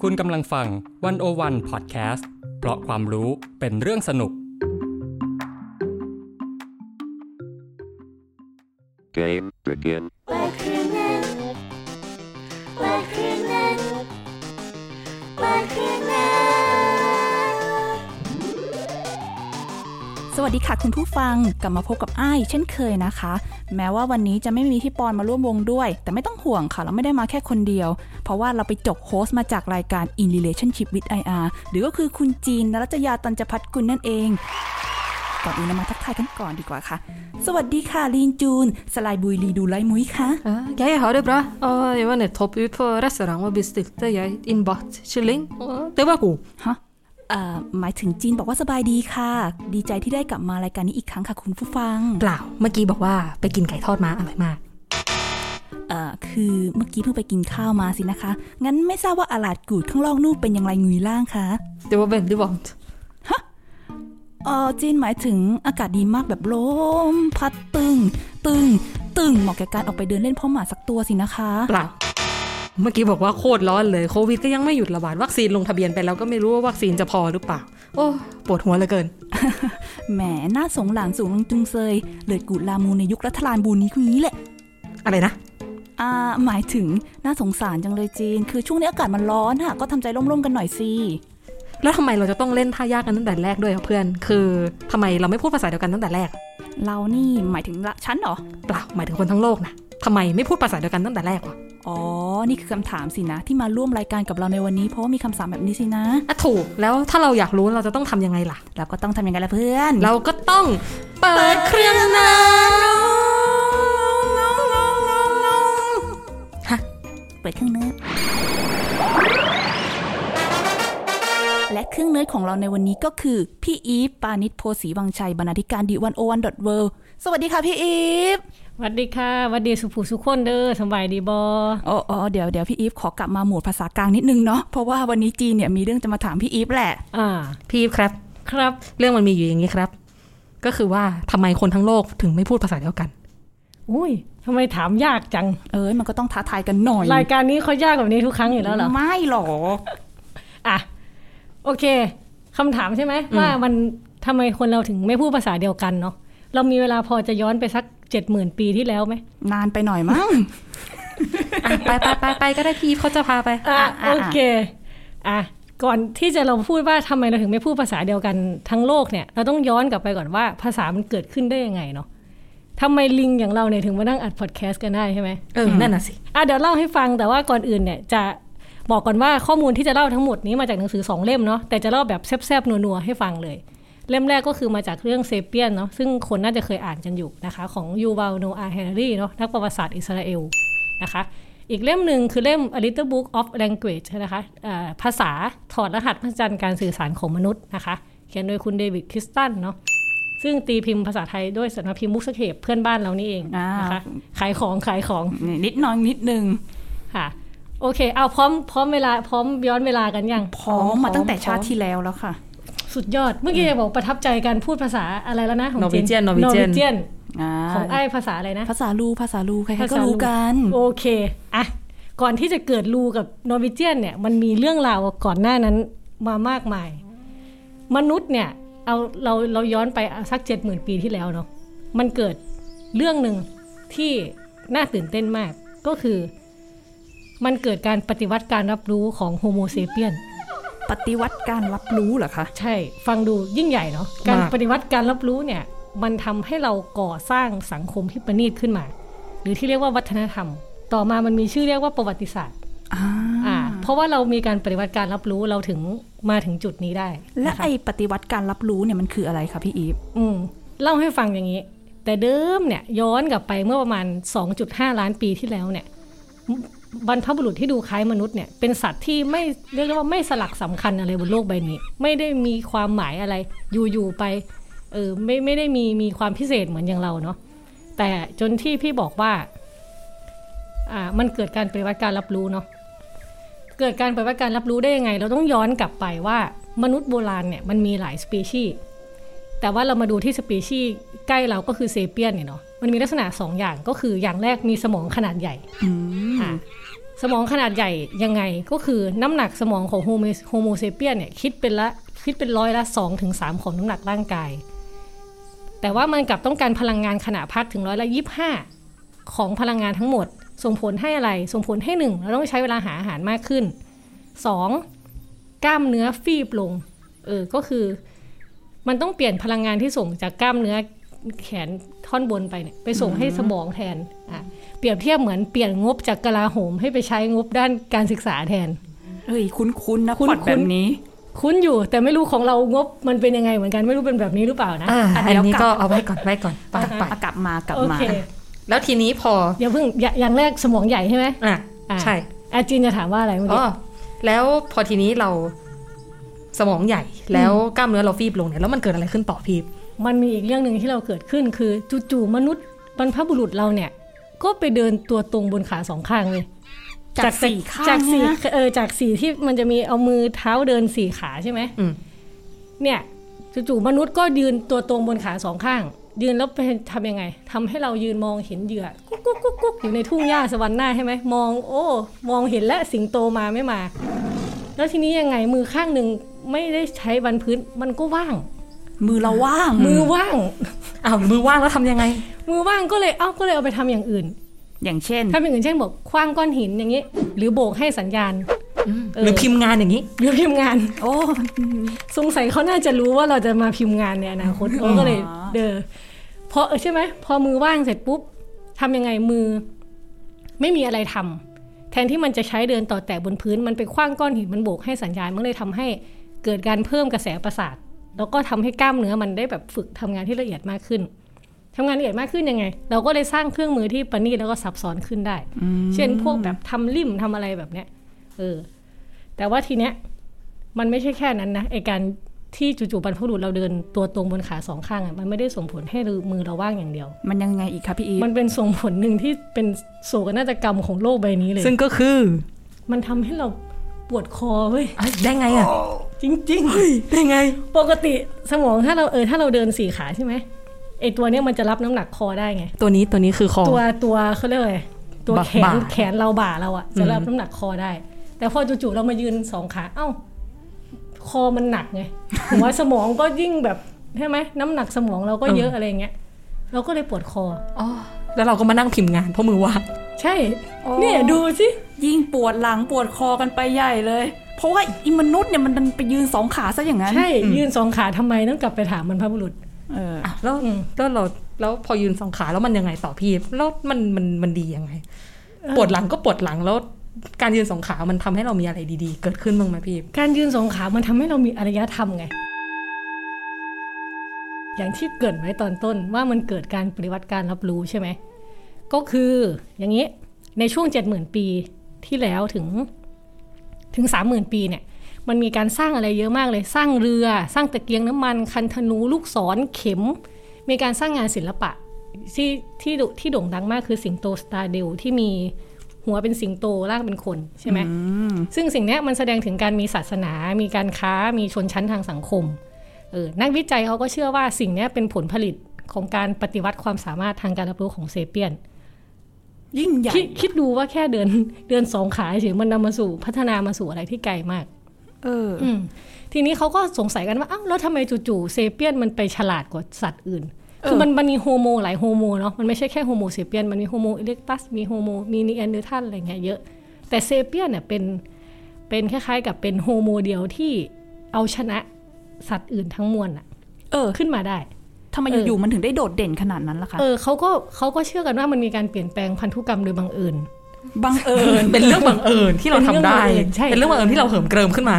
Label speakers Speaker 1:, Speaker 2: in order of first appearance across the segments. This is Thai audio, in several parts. Speaker 1: คุณกำลังฟังวันโอวันพอดแคสต์เพราะความรู้เป็นเรื่องสนุก
Speaker 2: Game begin.
Speaker 3: Bakrinen. Bakrinen. Bakrinen.
Speaker 4: สวัสดีค่ะคุณผู้ฟังกลับมาพบกับอ้ายเช่นเคยนะคะ แม้ว่าวันนี้จะไม่มีพี่ปอนมาร่วมวงด้วย แต่ไม่ต้องห่วงค่ะ เราไม่ได้มาแค่คนเดียว เพราะว่าเราไปจกโฮสต์มาจากรายการ In Relationship with IR หรือก็คือคุณจีนนรัตยาตันจพัฒกุลนั่นเอง ก่อนอื่นเรามาทักทายกันก่อนดีกว่าค่ะ สวัสดีค่ะลีนจูน สลายบุยลีดูไลมุ้ยค่ะ
Speaker 5: Ja, jeg har det bra. Og jeg var nettopp ute på restaurant og bestilte jeg innbakt kylling. Og det var god.
Speaker 4: ฮะเอ่อหมายถึงจีนบอกว่าสบายดีค่ะ ดีใจที่ได้กลับมารายการนี้อีกครั้งค่ะคุณผู้ฟัง
Speaker 5: เปล่า เมื่อกี้บอกว่าไปกินไก่ทอดมาอร่อยมาก
Speaker 4: เอ่อคือเมื่อกี้เพิ่งไปกินข้าวมาสินะคะ งั้นไม่ทราบว่าอาลาดกูดข้างลอกนู่นเป็นอย่างไรงุยล่างคะ
Speaker 5: Det var veldig varmt.
Speaker 4: เออจีนหมายถึงอากาศดีมากแบบลมพัดตึง ตึง ตึงเหมาะแก่การออกไปเดินเล่นเพราะหมาสักตัวสินะคะ
Speaker 5: เปล่า เมื่อกี้บอกว่าโคตรร้อนเลยโควิดก็ยังไม่หยุดระบาด วัคซีนลงทะเบียนไปแล้วก็ไม่รู้ว่าวัคซีนจะพอหรือเปล่า โอ้ปวดหัวเหลือเกิน
Speaker 4: แหมหน้าสงหลานสูงลังจุงเซยเลิดกูดลามูในยุครัฐลานบูนี้คืออย่างนี้แหละ
Speaker 5: อะไรนะ
Speaker 4: อ่าหมายถึงน่าสงสารจังเลยจีน คือช่วงนี้อากาศมันร้อนค่ะก็ทำใจร่มๆกันหน่อยสิ
Speaker 5: แล้วทำไมเราจะต้องเล่นท่ายากกันตั้งแต่แรกด้วยอะเพื่อน คือทำไมเราไม่พูดภาษาเดียวกันตั้งแต่แรก
Speaker 4: เรานี่หมายถึงละฉันเหรอ
Speaker 5: เปล่า หมายถึงคนทั้งโลกนะทำไมไม่พูดภาษาเดียวกันตั้งแต่แรกวะ
Speaker 4: อ๋อ นี่คือคำถามสินะ ที่มาร่วมรายการกับเราในวันนี้เพราะว่ามีคำสามแบบนี้สินะ
Speaker 5: อ่ะถูก แล้วถ้าเราอยากรู้เราจะต้องทำยังไงล่ะ
Speaker 4: เราก็ต้องทำยังไงล่ะเพื่อน
Speaker 5: เราก็ต้องเปิดเครื่องนำฮะ
Speaker 4: เปิดเครื่องเนื้อและเครื่องเนื้อของเราในวันนี้ก็คือ พี่อีฟปานิชโพสีวังชัยบรรณาธิการดีวันโอวันดอทเวสวัสดีค่ะพี่อีฟ
Speaker 6: หวัสดีค่ะหวัสดีสุภูสุขคนเด้อสำบายดีบอ
Speaker 4: อ๋ออ๋อเดี๋ยวเดี๋ยวพี่อีฟขอกลับมาหมวดภาษากลางนิดนึงเนาะเพราะว่าวันนี้จีนเนี่ยมีเรื่องจะมาถามพี่อีฟแหละ
Speaker 6: อ่า
Speaker 5: พี่ครับ
Speaker 6: ครับ
Speaker 5: เรื่องมันมีอยู่อย่างนี้ครับ ก็คือว่าทำไมคนทั้งโลกถึงไม่พูดภาษาเดียวกัน
Speaker 6: อุ้ยทำไมถามยากจัง
Speaker 4: เอ้ยมันก็ต้องท้าทายกันหน่อย
Speaker 6: รายการนี้เขายากแบบนี้ทุกครั้งอยู่แล้วเหรอ
Speaker 4: ไม่หรอก
Speaker 6: อ่ะ โอเคคำถามใช่ไหม ว่ามันทำไมคนเราถึงไม่พูดภาษาเดียวกันเนาะ เรามีเวลาพอจะย้อนไปสักเจ็ดหมื่นปีที่แล้วไหม
Speaker 4: นานไปหน่อยมั้ง
Speaker 5: อ่ะไปไปไปไปก็ได้พี่เขาจะพาไป
Speaker 6: อ่ะ
Speaker 4: อ่ะอ่ะ
Speaker 6: โอเค อ่ะ ก่อนที่จะเราพูดว่าทำไมเราถึงไม่พูดภาษาเดียวกันทั้งโลกเนี่ย เราต้องย้อนกลับไปก่อนว่าภาษามันเกิดขึ้นได้ยังไงเนาะทำไมลิงอย่างเราเนี่ยถึงมานั่งอัดพอดแคสต์กันได้ใช่ไหม
Speaker 5: เออ นั่นน่ะสิ
Speaker 6: อ่ะเดี๋ยวเล่าให้ฟังแต่ว่าก่อนอื่นเนี่ยจะบอกก่อนว่าข้อมูลที่จะเล่าทั้งหมดนี้มาจากหนังสือสองเล่มเนาะแต่จะเล่าแบบแซบๆนัวๆให้ฟังเลย เล่มแรกก็คือมาจากเรื่องเซเปียนเนาะซึ่งคนน่าจะเคยอ่านกันอยู่นะคะ ของยูวาลโนอาห์แฮนรีเนาะนักประวัติศาสตร์อิสราเอลนะคะ อีกเล่มหนึ่งคือเล่ม A Little Book of Language นะคะอ่าภาษาถอดรหัสพระจันทร์การสื่อสารของมนุษย์นะคะ เขียนโดยคุณเดวิดคริสตันเนาะซึ่งตีพิมพ์ภาษาไทยด้วยสำนักพิมพ์มุกสเคปเพื่อนบ้านเรานี่เองนะคะขายของขายของ
Speaker 4: นิดหน้อยนิดนึง
Speaker 6: ค่ะโอเค เอาพร้อมพร้อมเวลาพร้อมย้อนเวลากันยัง
Speaker 4: พร้อมมาตั้งแต่ชาติที่แล้วแล้วค่ะ
Speaker 6: สุดยอด เมื่อกี้จะบอกประทับใจการพูดภาษาอะไรแล้วนะของ
Speaker 5: Norwegian
Speaker 6: น
Speaker 5: Norwegian
Speaker 6: เจียน
Speaker 4: อ่า
Speaker 6: ของไอ้ภาษาอะไรนะ
Speaker 4: ภาษาลูภาษาลูใคร
Speaker 6: ภา
Speaker 4: ๆก็
Speaker 6: ษาลู
Speaker 4: รู้กัน
Speaker 6: โอเคอ่ะก่อนที่จะเกิดรูกับนอร์วเจียนเนี่ยมันมีเรื่องราวก่อนหน้านั้นมามากมาย มนุษย์เนี่ยเอาเราเราย้อนไปสักเจ็ดหมื่นปีที่แล้วเนาะมันเกิดเรื่องหนึ่งที่น่าตื่นเต้นมากก็คือ มันเกิดการปฏิวัติการรับรู้ของโฮโมเซเปียน
Speaker 4: ปฏิวัติการรับรู้เหรอคะ
Speaker 6: ใช่ ฟังดูยิ่งใหญ่เนาะ การ
Speaker 5: มาก
Speaker 6: ปฏิวัติการรับรู้เนี่ย มันทำให้เราก่อสร้างสังคมที่ประณีตขึ้นมา หรือที่เรียกว่าวัฒนธรรม ต่อมามันมีชื่อเรียกว่าประวัติศาสตร์
Speaker 4: อ่า
Speaker 6: อ่า เพราะว่าเรามีการปฏิวัติการรับรู้เราถึงมาถึงจุดนี้ได้นค
Speaker 4: และไอปฏิวัติการรับรู้เนี่ยมันคืออะไรคะพี่อีฟ
Speaker 6: อืมเล่าให้ฟังอย่างนี้ แต่เดิมเนี่ยย้อนกลับไปเมื่อประมาณ 2.5 ล้านปีที่แล้วเนี่ยบรรพบุรุษที่ดูคล้ายมนุษย์เนี่ยเป็นสัตว์ที่ไม่เรียกได้ว่าไม่สลักสำคัญอะไรบนโลกใบนี้ ไม่ได้มีความหมายอะไรอยู่ๆไปเออไม่ไม่ได้มีมีความพิเศษเหมือนอย่างเราเนาะแต่จนที่พี่บอกว่าอ่ามันเกิดการปฏิวัติการรับรู้เนาะเกิดการปฏิวัติการรับรู้ได้ยังไง เราต้องย้อนกลับไปว่ามนุษย์โบราณเนี่ยมันมีหลายสปีชีส์ แต่ว่าเรามาดูที่สปีชีส์ใกล้เราก็คือเซเปียนเนี่ยเนาะมันมีลักษณะ 2 อย่างก็คืออย่างแรกมีสมองขนาดใหญ่อ่า สมองขนาดใหญ่ยังไงก็คือน้ำหนักสมองของโฮโมโฮโมเซเปียนเนี่ยคิดเป็นละคิดเป็นร้อยละ2ถึง3ของน้ำหนักร่างกาย แต่ว่ามันกลับต้องการพลังงานขณะพักถึงร้อยละ25 ของพลังงานทั้งหมด ส่งผลให้อะไร ส่งผลให้หนึ่งเราต้องใช้เวลาหาอาหารมากขึ้นสองกล้ามเนื้อฟีบลงเออก็คือ มันต้องเปลี่ยนพลังงานที่ส่งจากกล้ามเนื้อแขนท่อนบนไปเนี่ยไปส่งให้สมองแทนอ่ะเปรียบเทียบเหมือนเปลี่ยนงบจากกลาโหมให้ไปใช้งบด้านการศึกษาแทน
Speaker 4: เอ้ยคุ้นๆนะ
Speaker 6: คุ้น
Speaker 4: พ
Speaker 6: ๆ
Speaker 4: ล็อตแบบนี้
Speaker 6: คุ้นอยู่แต่ไม่รู้ของเรางบมันเป็นยังไงเหมือนกันไม่รู้เป็นแบบนี้หรือเปล่านะ
Speaker 5: อ่า
Speaker 4: อ่ะ
Speaker 5: อัน
Speaker 4: เดี๋ยว
Speaker 5: นี้
Speaker 4: กลั
Speaker 5: ก็
Speaker 4: บ
Speaker 5: เอาไว้ก่อนไว้ก่อนไปไป
Speaker 4: อ่ะกลับมากลับ
Speaker 6: โอ
Speaker 4: มา
Speaker 6: เค
Speaker 5: แล้วทีนี้พอ
Speaker 6: อย่าเพิ่งอย่าอย่างแรกสมองใหญ่ใช่ไหม
Speaker 5: อ่ะ
Speaker 6: อ่ะ
Speaker 5: ใช่
Speaker 6: อาจีนจะถามว่าอะไรเมื่อ
Speaker 5: อ๋
Speaker 6: กี้
Speaker 5: อแล้วพอทีนี้เราสมองใหญ่แล้วกล้ามเนื้อเราฟีบลงเนี่ยแล้วมันเกิดอะไรขึ้นต่อพีบ
Speaker 6: มันมีอีกเรื่องหนึ่งที่เราเกิดขึ้นคือจู่ๆมนุษย์บรรพบุรุษเราเนี่ย ก็ไปเดินตัวตรงบนขาสองข้างเลย
Speaker 4: จากสี่ข้าง
Speaker 6: จากสี่
Speaker 4: เนี่ยนะ
Speaker 6: เออจากสี่ที่มันจะมีเอามือเท้าเดินสี่ขาใช่ไหม
Speaker 5: อืม
Speaker 6: เนี่ยจู่ๆมนุษย์ก็ยืนตัวตรงบนขาสองข้าง ยืนแล้วเป็นทำยังไงทำให้เรายืนมองเห็นเหยื่อกุ๊กกุ๊กกุ๊กกุ๊กอยู่ในทุ่งหญ้าสวรรค์หน้าใช่ไหมมอง โอ้ มองเห็นและสิงโตมาไม่มา แล้วทีนี้ยังไงมือข้างหนึ่งไม่ได้ใช้บันพื้นมันก็ว่าง
Speaker 4: มือเราว่าง
Speaker 6: มือว่าง
Speaker 5: อ้าวมือว่างแล้วทำยังไง
Speaker 6: มือว่างก็เลยเอ้าก็เลยเอาไปทำอย่างอื่น
Speaker 4: อย่างเช่น
Speaker 6: ทำอย่างอื่นเช่นบอกคว้างก้อนหินอย่างนี้ หรือโบกให้สัญญาณเห
Speaker 5: รือพิมพ์งานอย่างนี้
Speaker 6: หรือพิมพ์งาน
Speaker 4: โอ้
Speaker 6: สงสัยเขาน่าจะรู้ว่าเราจะมาพิมพ์งานในอนาคตเขาก็เลยเดอเพราะเออใช่ไหมพอมือว่างเสร็จปุ๊บทำยังไงมือ ไม่มีอะไรทำแทนที่มันจะใช้เดินต่อแต่บนพื้นมันไปคว้างก้อนหินมันโบกให้สัญญาณมันเลยทำให้เกิดการเพิ่มกระแสประสาท แล้วก็ทำให้กล้ามเนื้อมันได้แบบฝึกทำงานที่ละเอียดมากขึ้นทำงานละเอียดมากขึ้นยังไง เราก็เลยสร้างเครื่องมือที่ประณีตแล้วก็ซับซ้อนขึ้นได้ เช่นพวกแบบทำลิ่มทำอะไรแบบเนี้ยเออ แต่ว่าทีเนี้ย มันไม่ใช่แค่นั้นนะไอการที่จู่ๆบรรพบุรุษเราเดินตัวตรงบนขาสองข้างอะมันไม่ได้ส่งผลให้มือเราว่างอย่างเดียว
Speaker 4: มันยังไงอีกคะพี่อีฟ
Speaker 6: มันเป็นส่งผลหนึ่งที่เป็นโศกนาฏกรรมของโลกใบนี้เลย
Speaker 5: ซึ่งก็คือ
Speaker 6: มันทำให้เราปวดคอเว้ย
Speaker 5: เอ้ยได้ไงอ่ะ
Speaker 6: จริง ๆ
Speaker 5: ได้ไง
Speaker 6: ปกติสมองถ้าเราเออถ้าเราเดินสี่ขาใช่ไหมไอตัวเนี้ยมันจะรับน้ำหนักคอได้ไง
Speaker 5: ตัวนี้ตัวนี้คือของ
Speaker 6: ตัวตัวเขาเรียกว่าอะไรตัว
Speaker 5: บ่า
Speaker 6: แขน
Speaker 5: บ่า
Speaker 6: แขนเราบ่าเราอะจะรับน้ำหนักคอได้ แต่พอจู่ๆเรามายืนสองขาเอ้า คอมันหนักไงหัวสมองก็ยิ่งแบบใช่ไหมน้ำหนักสมองเราก็เยอะอะไรเงี้ยเราก็เลยปวดคอ
Speaker 5: อ๋อแล้วเราก็มานั่งพิมพ์งานเพราะมือว่าง
Speaker 6: ใช่เนี่ยดูสิ
Speaker 4: ยิ่งปวดหลังปวดคอกันไปใหญ่เลย เพราะว่าอีมนุษย์เนี่ยมันดันไปยืนสองขาซะอย่างนั้น
Speaker 6: ใช่ยืนสองขาทำไมต้องกลับไปถามบรรพบุรุษ
Speaker 4: เออ
Speaker 5: แล้ว
Speaker 6: อืม
Speaker 5: แล้วเราแล้วพอยืนสองขาแล้วมันยังไงต่อพี่ แล้วมันมันมันดียังไง ปวดหลังก็ปวดหลังแล้วการยืนสองขา มันทำให้เรามีอะไรดีๆ เกิดขึ้นบ้างไหมพี่
Speaker 6: การยืนสองขามันทำให้เรามีอารยธรรมไง อย่างที่เกริดไว้ตอนต้นว่ามันเกิดการปฏิวัติการรับรู้ใช่ไหม ก็คืออย่างนี้ในช่วง 70,000 ปีที่แล้วถึงถึง 30,000 ปีเนี่ย มันมีการสร้างอะไรเยอะมากเลย สร้างเรือ สร้างตะเกียงน้ำมัน คันธนูลูกศรเข็ม มีการสร้างงานศิลปะ ที่ที่โด่ที่โด่งดังมากคือสิงโตสตาร์เดลที่มีหัวเป็นสิงโตร่างเป็นคนใช่ไหม ซึ่งสิ่งเนี้ยมันแสดงถึงการมีศาสนา มีการค้า มีชนชั้นทางสังคม เออ นักวิจัยเขาก็เชื่อว่าสิ่งเนี้ยเป็นผลผลิตของการปฏิวัติความสามารถทางการรับรู้ของเซเปียน
Speaker 4: ยิ่งใหญ่
Speaker 6: คิดคิดดูว่าแค่เดินเดินสองขาเฉยมันนำมาสู่พัฒนามาสู่อะไรที่ไกลมาก
Speaker 4: เออ
Speaker 6: อืมทีนี้เขาก็สงสัยกันว่าอ้าวแล้วทำไมจู่ๆเซเปียนมันไปฉลาดกว่าสัตว์อื่น คือมันมันมีโฮโมหลายโฮโมเนาะมันไม่ใช่แค่โฮโมเซเปียนมันมีโฮโมอิเล็กตัสมีโฮโมมีนีแอนเดอร์ทันอะไรเงี้ยเยอะ แต่เซเปียนเนี่ยเป็นเป็นคล้ายๆกับเป็นโฮโมเดียวที่เอาชนะสัตว์อื่นทั้งมวลอะ
Speaker 4: เออ
Speaker 6: ขึ้นมาได้
Speaker 4: ทำไม
Speaker 6: เออ
Speaker 4: อ
Speaker 6: อ
Speaker 4: ยู่ๆมันถึงได้โดดเด่นขนาดนั้นล่ะคะ
Speaker 6: เออเขาก็เขาก็เชื่อกันว่ามันมีการเปลี่ยนแปลงพันธุกรรมโดยบังเอิญ
Speaker 4: บังเอิญ
Speaker 5: เป็นเรื่องบังเอิญที่เราทำได้
Speaker 6: เป็นเรื่องบังเอิญใช่
Speaker 5: เป็นเรื่องบังเอิญที่เราเหิมเกริมขึ้นมา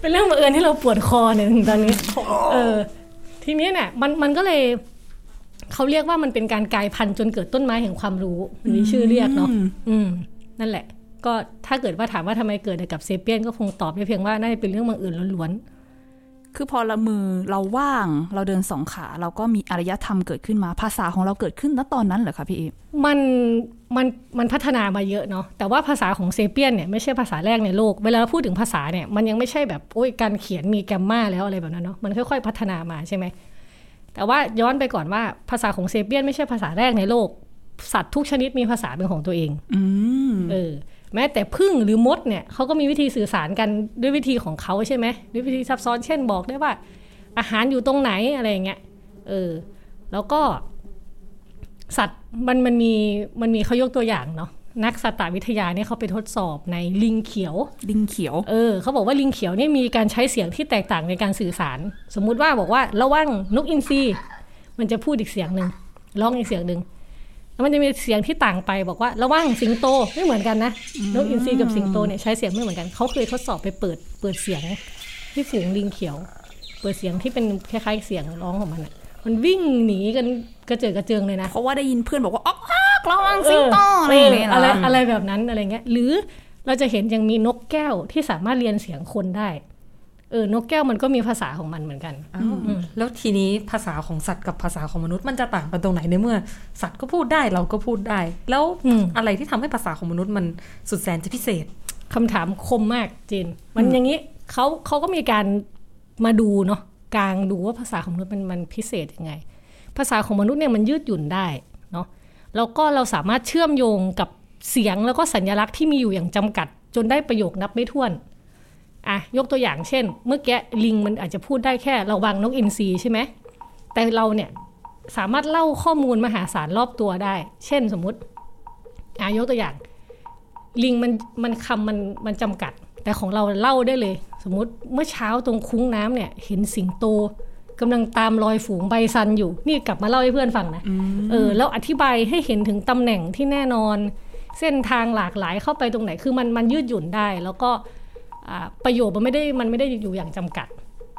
Speaker 6: เป็นเรื่องบังเอิญที่เราปวดคอเนี่ยถึงตอนนี้ เออ ทีนี้เนี่ยมันมันก็เลยเขาเรียกว่ามันเป็นการกลายพันธุ์จนเกิดต้นไม้แห่งความรู้หรือชื่อเรียกเนาะอืม นั่นแหละ ก็ถ้าเกิดว่าถามว่าทำไมเกิดกับเซเปียนก็คงตอบได้เพียงว่าน่าจะเป็นเรื่องบังเอิญล้วน
Speaker 4: คือพอละมือเราว่างเราเดินสองขา เราก็มีอารยธรรมเกิดขึ้นมาภาษาของเราเกิดขึ้นณตอนนั้นเหรอคะพี่อีฟ
Speaker 6: ๆมันมันมันพัฒนามาเยอะเนาะแต่ว่าภาษาของเซเปียนเนี่ยไม่ใช่ภาษาแรกในโลก เวลาเราพูดถึงภาษาเนี่ยมันยังไม่ใช่แบบโอ้ยการเขียนมีแกรมมาแล้วอะไรแบบนั้นเนาะมันค่อยๆ พัฒนามาใช่ไหม แต่ว่าย้อนไปก่อนว่าภาษาของเซเปียนไม่ใช่ภาษาแรกในโลก สัตว์ทุกชนิดมีภาษาเป็นของตัวเอง
Speaker 4: อืม
Speaker 6: เออแม้แต่พึ่งหรือมดเนี่ยเขาก็มีวิธีสื่อสารกันด้วยวิธีของเขาใช่ไหมด้วยวิธีซับซ้อนเช่นบอกได้ว่า อาหารอยู่ตรงไหนอะไรอย่างเงี้ยเออแล้วก็ สัตว์มันมันมีมันมีเขายกตัวอย่างเนาะนักสัตววิทยาเนี่ยเขาไปทดสอบในลิงเขียว
Speaker 4: ลิงเขียว
Speaker 6: เออเขาบอกว่าลิงเขียวเนี่ยมีการใช้เสียงที่แตกต่างในการสื่อสาร สมมุติว่าบอกว่าระวังนกอินทรีมันจะพูดอีกเสียงหนึ่งร้องอีกเสียงหนึ่งแล้วมันจะมีเสียงที่ต่างไปบอกว่าระวังสิงโตไม่เหมือนกันนะนกอินทรีกับสิงโตเนี่ยใช้เสียงไม่เหมือนกันเขาเคยทดสอบไปเปิดเปิดเสียงที่ฝูงลิงเขียว เปิดเสียงที่เป็นคล้ายๆเสียงร้องของมันอะมันวิ่งหนีกันกระเจิดกระเจิงเลยนะ
Speaker 4: เพราะว่าได้ยินเพื่อนบอกว่าอ๊อกอ๊อกระวังสิงโตอะไรอย่างเงี้ย
Speaker 6: เอออะไร
Speaker 4: นะ
Speaker 6: อะไรแบบนั้นอะไรเงี้ย หรือเราจะเห็นยังมีนกแก้วที่สามารถเรียนเสียงคนได้ เออนกแก้วมันก็มีภาษาของมันเหมือนกัน
Speaker 5: อ้าวแล้วทีนี้ภาษาของสัตว์กับภาษาของมนุษย์มันจะต่างกันตรงไหนในเมื่อ สัตว์ก็พูดได้เราก็พูดได้ แล้ว
Speaker 6: อืม
Speaker 5: อะไรที่ทำให้ภาษาของมนุษย์มันสุดแสนจะพิเศษ
Speaker 6: คำถามคมมากจิน มันอย่างนี้เขาเขาก็มีการมาดูเนาะกลางดูว่าภาษาของมนุษย์มันมันพิเศษยังไง ภาษาของมนุษย์เนี่ยมันยืดหยุ่นได้เนาะแล้วก็เราสามารถเชื่อมโยงกับเสียงแล้วก็สัญลักษณ์ที่มีอยู่อย่างจำกัด จนได้ประโยคนับไม่ถ้วนอ่ะยกตัวอย่างเช่น เมื่อกี้ลิงมันอาจจะพูดได้แค่ระวังนกอินทรีใช่ไหมแต่เราเนี่ยสามารถเล่าข้อมูลมหาศาลรอบตัวได้ เช่นสมมติอ่ะยกตัวอย่าง ลิงมันมันคำมันมันจำกัด แต่ของเราเล่าได้เลย สมมติเมื่อเช้าตรงคุ้งน้ำเนี่ยเห็นสิงโตกำลังตามรอยฝูงไบซันอยู่ นี่กลับมาเล่าให้เพื่อนฟังนะเออแล้วอธิบายให้เห็นถึงตำแหน่งที่แน่นอน เส้นทางหลากหลายเข้าไปตรงไหนคือมันมันยืดหยุ่นได้ แล้วก็อ่าประโยชน์มันไม่ได้มันไม่ได้อยู่อย่างจำกัด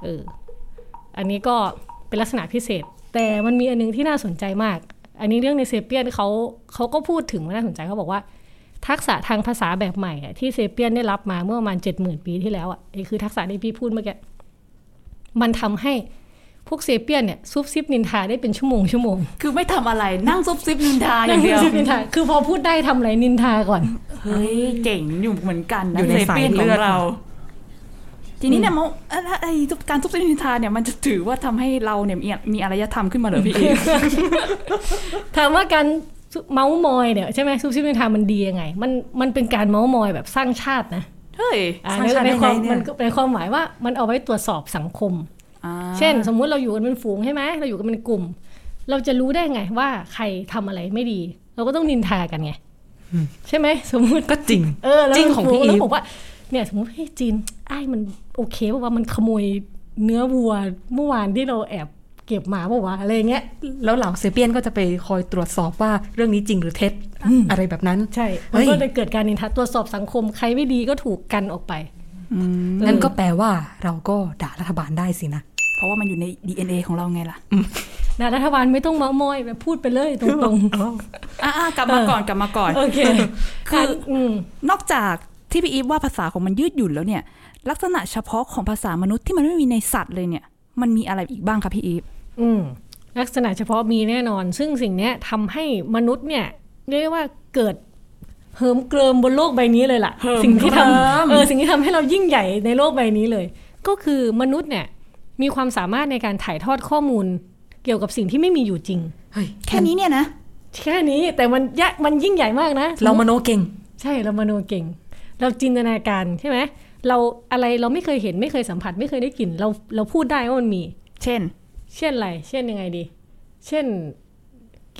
Speaker 6: เอออันนี้ก็เป็นลักษณะพิเศษ แต่มันมีอันนึงที่น่าสนใจมาก อันนี้เรื่องในเซเปียนเขาเขาก็พูดถึงว่าน่าสนใจเขาบอกว่า ทักษะทางภาษาแบบใหม่อะที่เซเปียนได้รับมาเมื่อประมาณเจ็ดหมื่นปีที่แล้วอ่ะไอ้คือทักษะที่พี่พูดเมื่อกี้มันทำให้พวกเซเปียนเนี่ยซุบซิบนินทาได้เป็นชั่วโมงชั่วโมง
Speaker 4: คือไม่ทำอะไรนั่งซุบซิบนินทาอย่างเดียว
Speaker 6: ซุบซิบนินทาคือพอพูดได้ทำอะไรนินทาก่อน
Speaker 4: เฮ้ย เจ๋งอยู่เหมือนกันนะ
Speaker 5: อยู่ใน
Speaker 4: ซปี
Speaker 5: สายเลือด
Speaker 4: ขงทีนี้เนี่ยมันเอ่อไอ้การซุบซิบนินทาเนี่ยมันจะถือว่าทำให้เราเนี่ยมีมีอารยธรรมขึ้นมาเหรอพี่เอก
Speaker 6: ถามว่าการเมาส์มอยเนี่ยใช่ไหมซุบซิบนินทามันดียังไง มันมันเป็นการเมาส์มอยแบบสร้างชาตินะ
Speaker 4: เฮ้ย
Speaker 6: อ่า
Speaker 5: สร้างชาติ
Speaker 6: ในความ
Speaker 5: ได้ไงเนี่ย
Speaker 6: มันก็ในความหมายว่ามันเอาไว้ตรวจสอบสังคม
Speaker 4: อ่า
Speaker 6: เช่น สมมุติเราอยู่กันเป็นฝูงใช่ไหมเราอยู่กันเป็นกลุ่ม เราจะรู้ได้ไงว่าใครทำอะไรไม่ดี เราก็ต้องนินทากันไง ใช่ไหมสมมุติ
Speaker 5: ก็จริง
Speaker 6: เออเรา
Speaker 5: จริงของพี่อีฟ
Speaker 6: เราบอกว่าเนี่ยสมมติเฮ้ยจีนไอ้ายมันโอเคป่าวว่ามันขโมยเนื้อวัวเมื่อวานที่เราแอบเก็บมาป่าววะอะไรอย่างเงี้ย
Speaker 5: แล้วเหล่าเซเปียนก็จะไปคอยตรวจสอบว่าเรื่องนี้จริงหรือเท็จอะไรแบบนั้น
Speaker 6: ใช่
Speaker 5: เฮ้
Speaker 6: มัน
Speaker 5: ย
Speaker 6: ก็เลยเกิดการนินทาตรวจสอบสังคมใครไม่ดีก็ถูกกันออกไปเออ
Speaker 5: นั่นก็แปลว่าเราก็ด่ารัฐบาลได้สินะ
Speaker 4: เพราะว่ามันอยู่ใน DNA ของเราไงล่ะ
Speaker 6: นะรัฐบาลไม่ต้องเมามอยแบบพูดไปเลยตรง
Speaker 4: อ่าๆกลับมาก่อนกลับมาก่อน
Speaker 6: ๆ โอเค
Speaker 4: คือ
Speaker 6: อืม
Speaker 4: นอกจากที่พี่อีฟว่าภาษาของมันยืดหยุ่นแล้วเนี่ย ลักษณะเฉพาะของภาษามนุษย์ที่มันไม่มีในสัตว์เลยเนี่ย มันมีอะไรอีกบ้างคะพี่อีฟ
Speaker 6: อืมลักษณะเฉพาะมีแน่นอน ซึ่งสิ่งเนี้ยทำให้มนุษย์เนี่ยเรียกได้ว่าเกิดเหิมเกริมบนโลกใบนี้เลยล่ะ สิ่งที่ทำเออสิ่งที่ทำให้เรายิ่งใหญ่ในโลกใบนี้เลย ก็คือมนุษย์เนี่ยมีความสามารถในการถ่ายทอดข้อมูล เกี่ยวกับสิ่งที่ไม่มีอยู่จริง
Speaker 5: เฮ้ย
Speaker 4: แค่นี้เนี่ยนะ
Speaker 6: แค่นี้แต่มันยะมันยิ่งใหญ่มากนะ
Speaker 5: เรามโนเก่ง
Speaker 6: ใช่เรามโนเก่ง เราจินตนาการใช่ไหมเราอะไรเราไม่เคยเห็นไม่เคยสัมผัสไม่เคยได้กลิ่นเราเราพูดได้ว่ามันมี
Speaker 4: เช่น
Speaker 6: เช่นอะไร เช่นยังไงดี เช่น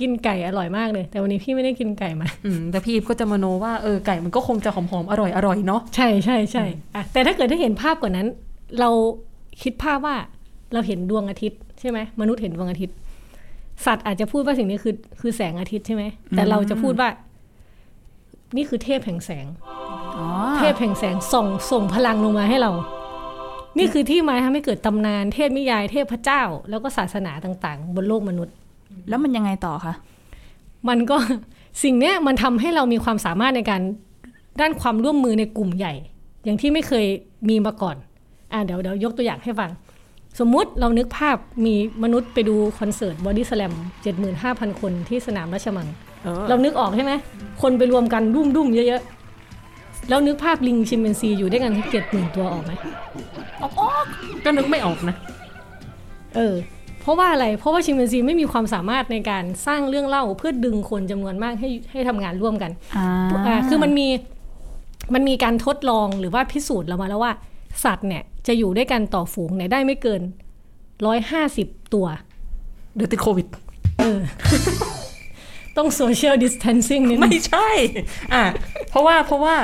Speaker 6: กินไก่อร่อยมากเลย แต่วันนี้พี่ไม่ได้กินไก่มา
Speaker 5: อืมแต่พี่อีฟก็จะมโนว่าเออไก่มันก็คงจะหอมๆอร่อยอร่อยๆเนาะ
Speaker 6: ใช่ใช่ใช่อ่ะแต่ถ้าเกิดได้เห็นภาพกว่านั้น เราคิดภาพว่าเราเห็นดวงอาทิตย์ใช่ไหมมนุษย์เห็นดวงอาทิตย์ สัตว์อาจจะพูดว่าสิ่งนี้คือคือแสงอาทิตย์ใช่ไหมแต่เราจะพูดว่า นี่คือเทพแห่งแสง
Speaker 4: อ๋อ
Speaker 6: เทพแห่งแสงส่งส่งพลังลงมาให้เรา นี่คือที่มาทำให้เกิดตำนาน เทพนิยาย เทพพระเจ้า แล้วก็ศาสนาต่าง ๆ บนโลกมนุษย์
Speaker 4: แล้วมันยังไงต่อคะ
Speaker 6: มันก็ สิ่งเนี้ยมันทำให้เรามีความสามารถในการด้านความร่วมมือในกลุ่มใหญ่ อย่างที่ไม่เคยมีมาก่อน อ่าเดี๋ยวเดี๋ยวยกตัวอย่างให้ฟัง สมมุติเรานึกภาพมีมนุษย์ไปดูคอนเสิร์ตบอดี้สแลม75,000 คนที่สนามราชมัง เรานึกออกใช่ไหม คนไปรวมกันรุ่มรุ่มๆเยอะๆ แล้วนึกภาพลิงชิมเปนซีอยู่ด้วยกันเจ็ดหมื่นตัวออกไหม
Speaker 5: ก็นึกไม่ออกนะ
Speaker 6: เออ พ ราะว่าอะไร เพราะว่าชิมเปนซีไม่มีความสามารถในการสร้างเรื่องเล่าเพื่อดึงคนจำนวนมากให้ให้ทำงานร่วมกัน
Speaker 4: อ่า
Speaker 6: อ่าคือมันมีมันมีการทดลองหรือว่าพิสูจน์แล้วมาแล้วว่า สัตว์เนี่ยจะอยู่ด้วยกันต่อฝูงเนี่ยได้ไม่เกินร้อยห้าสิบตัว
Speaker 5: เดี๋ยวติดโควิด
Speaker 6: เออ ต้องโซเชียลดิสเทนซิ่งนิดนึ
Speaker 5: ไม่
Speaker 6: ง
Speaker 5: ใช่ อ่ะเพราะว่าเพราะว่า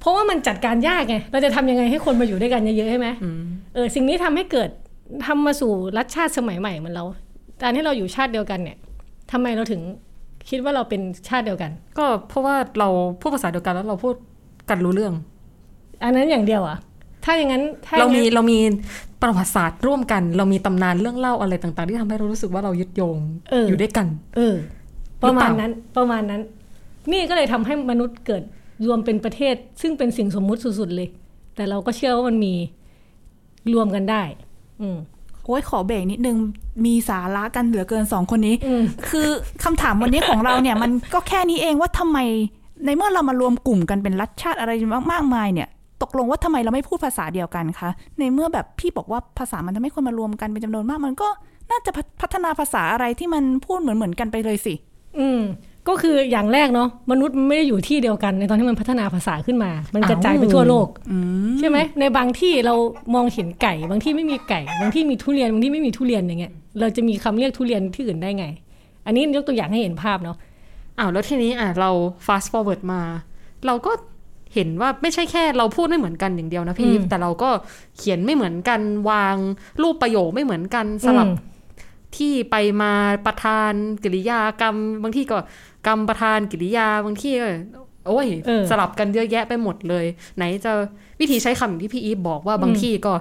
Speaker 6: เพราะว่ามันจัดการยากไง เราจะทำยังไงให้คนมาอยู่ด้วยกันเยอะๆใช่ไหมเออสิ่งนี้ทำให้เกิดทำมาสู่รัฐชาติสมัยใหม่เหมือนเราการที่เราอยู่ชาติเดียวกันเนี่ยทำไมเราถึงคิดว่าเราเป็นชาติเดียวกัน
Speaker 5: ก็เพราะว่าเราพูดภาษาเดียวกันแล้วเราพูดกันรู้เรื่อง
Speaker 6: อันนั้นอย่างเดียวเหรอ่ะถ้าอย่างนั้นถ้อย่
Speaker 5: เรา
Speaker 6: งนั้น
Speaker 5: มีเรามีประวัติศาสตร์ร่วมกัน เรามีตำนานเรื่องเล่าอะไรต่างๆ ที่ทำให้เรารู้สึกว่าเรายึดโยง
Speaker 6: เอออ
Speaker 5: ยู่ด้วยกัน
Speaker 6: เออ
Speaker 5: ห
Speaker 6: ป
Speaker 5: รือ
Speaker 6: ระ
Speaker 5: เป
Speaker 6: มา
Speaker 5: ล่า
Speaker 6: ณนั้นประมาณนั้น นี่ก็เลยทำให้มนุษย์เกิดรวมเป็นประเทศ ซึ่งเป็นสิ่งสมมุติสุดๆเลย แต่เราก็เชื่อว่ามันมีรวมกันได้ อืม
Speaker 4: โอ้ยขอเบรกนิดนึง มีสาระกันเหลือเกินสองคนนี้
Speaker 6: อืม
Speaker 4: คือคำถามวันนี้ของเราเนี่ย มันก็แค่นี้เองว่าทำไม ในเมื่อเรามารวมกลุ่มกันเป็นรัฐชาติอะไรมากๆมายเนี่ย ตกลงว่าทำไมเราไม่พูดภาษาเดียวกันคะ ในเมื่อแบบพี่บอกว่าภาษามันทำให้คนมารวมกันเป็นจำนวนมาก มันก็น่าจะพัฒนาภาษาอะไรที่มันพูดเหมือนเหมือนๆกันไปเลยสิ
Speaker 6: อืม ก็คืออย่างแรกเนาะมนุษย์มันไม่ได้อยู่ที่เดียวกัน ในตอนที่มันพัฒนาภาษาขึ้นมา มันกระจายไปทั่วโลกใช่ไหมในบางที่เรามองเห็นไก่ บางที่ไม่มีไก่ บางที่มีทุเรียนบางที่ไม่มีทุเรียนอย่างเงี้ยเราจะมีคำเรียกทุเรียนที่อื่นได้ไง อันนี้ยกตัวอย่างให้เห็นภาพเนาะ
Speaker 5: อ้าวแล้วทีนี้อ่ะเรา fast forward มา เราก็เห็นว่าไม่ใช่แค่เราพูดไม่เหมือนกันอย่างเดียวนะพี่
Speaker 6: อืม
Speaker 5: แต่เราก็เขียนไม่เหมือนกันวางรูปประโยคไม่เหมือนกันสลับ
Speaker 6: อืม
Speaker 5: ที่ไปมาประธานกิริยากรรม บางที่ก็กรรมประธานกิริยาบางที่ก็โอ้ย
Speaker 6: เออ
Speaker 5: สลับกันเยอะแยะไปหมดเลย ไหนจะวิธีใช้คำอย่างที่พี่อีฟบอกว่าบางที่ก็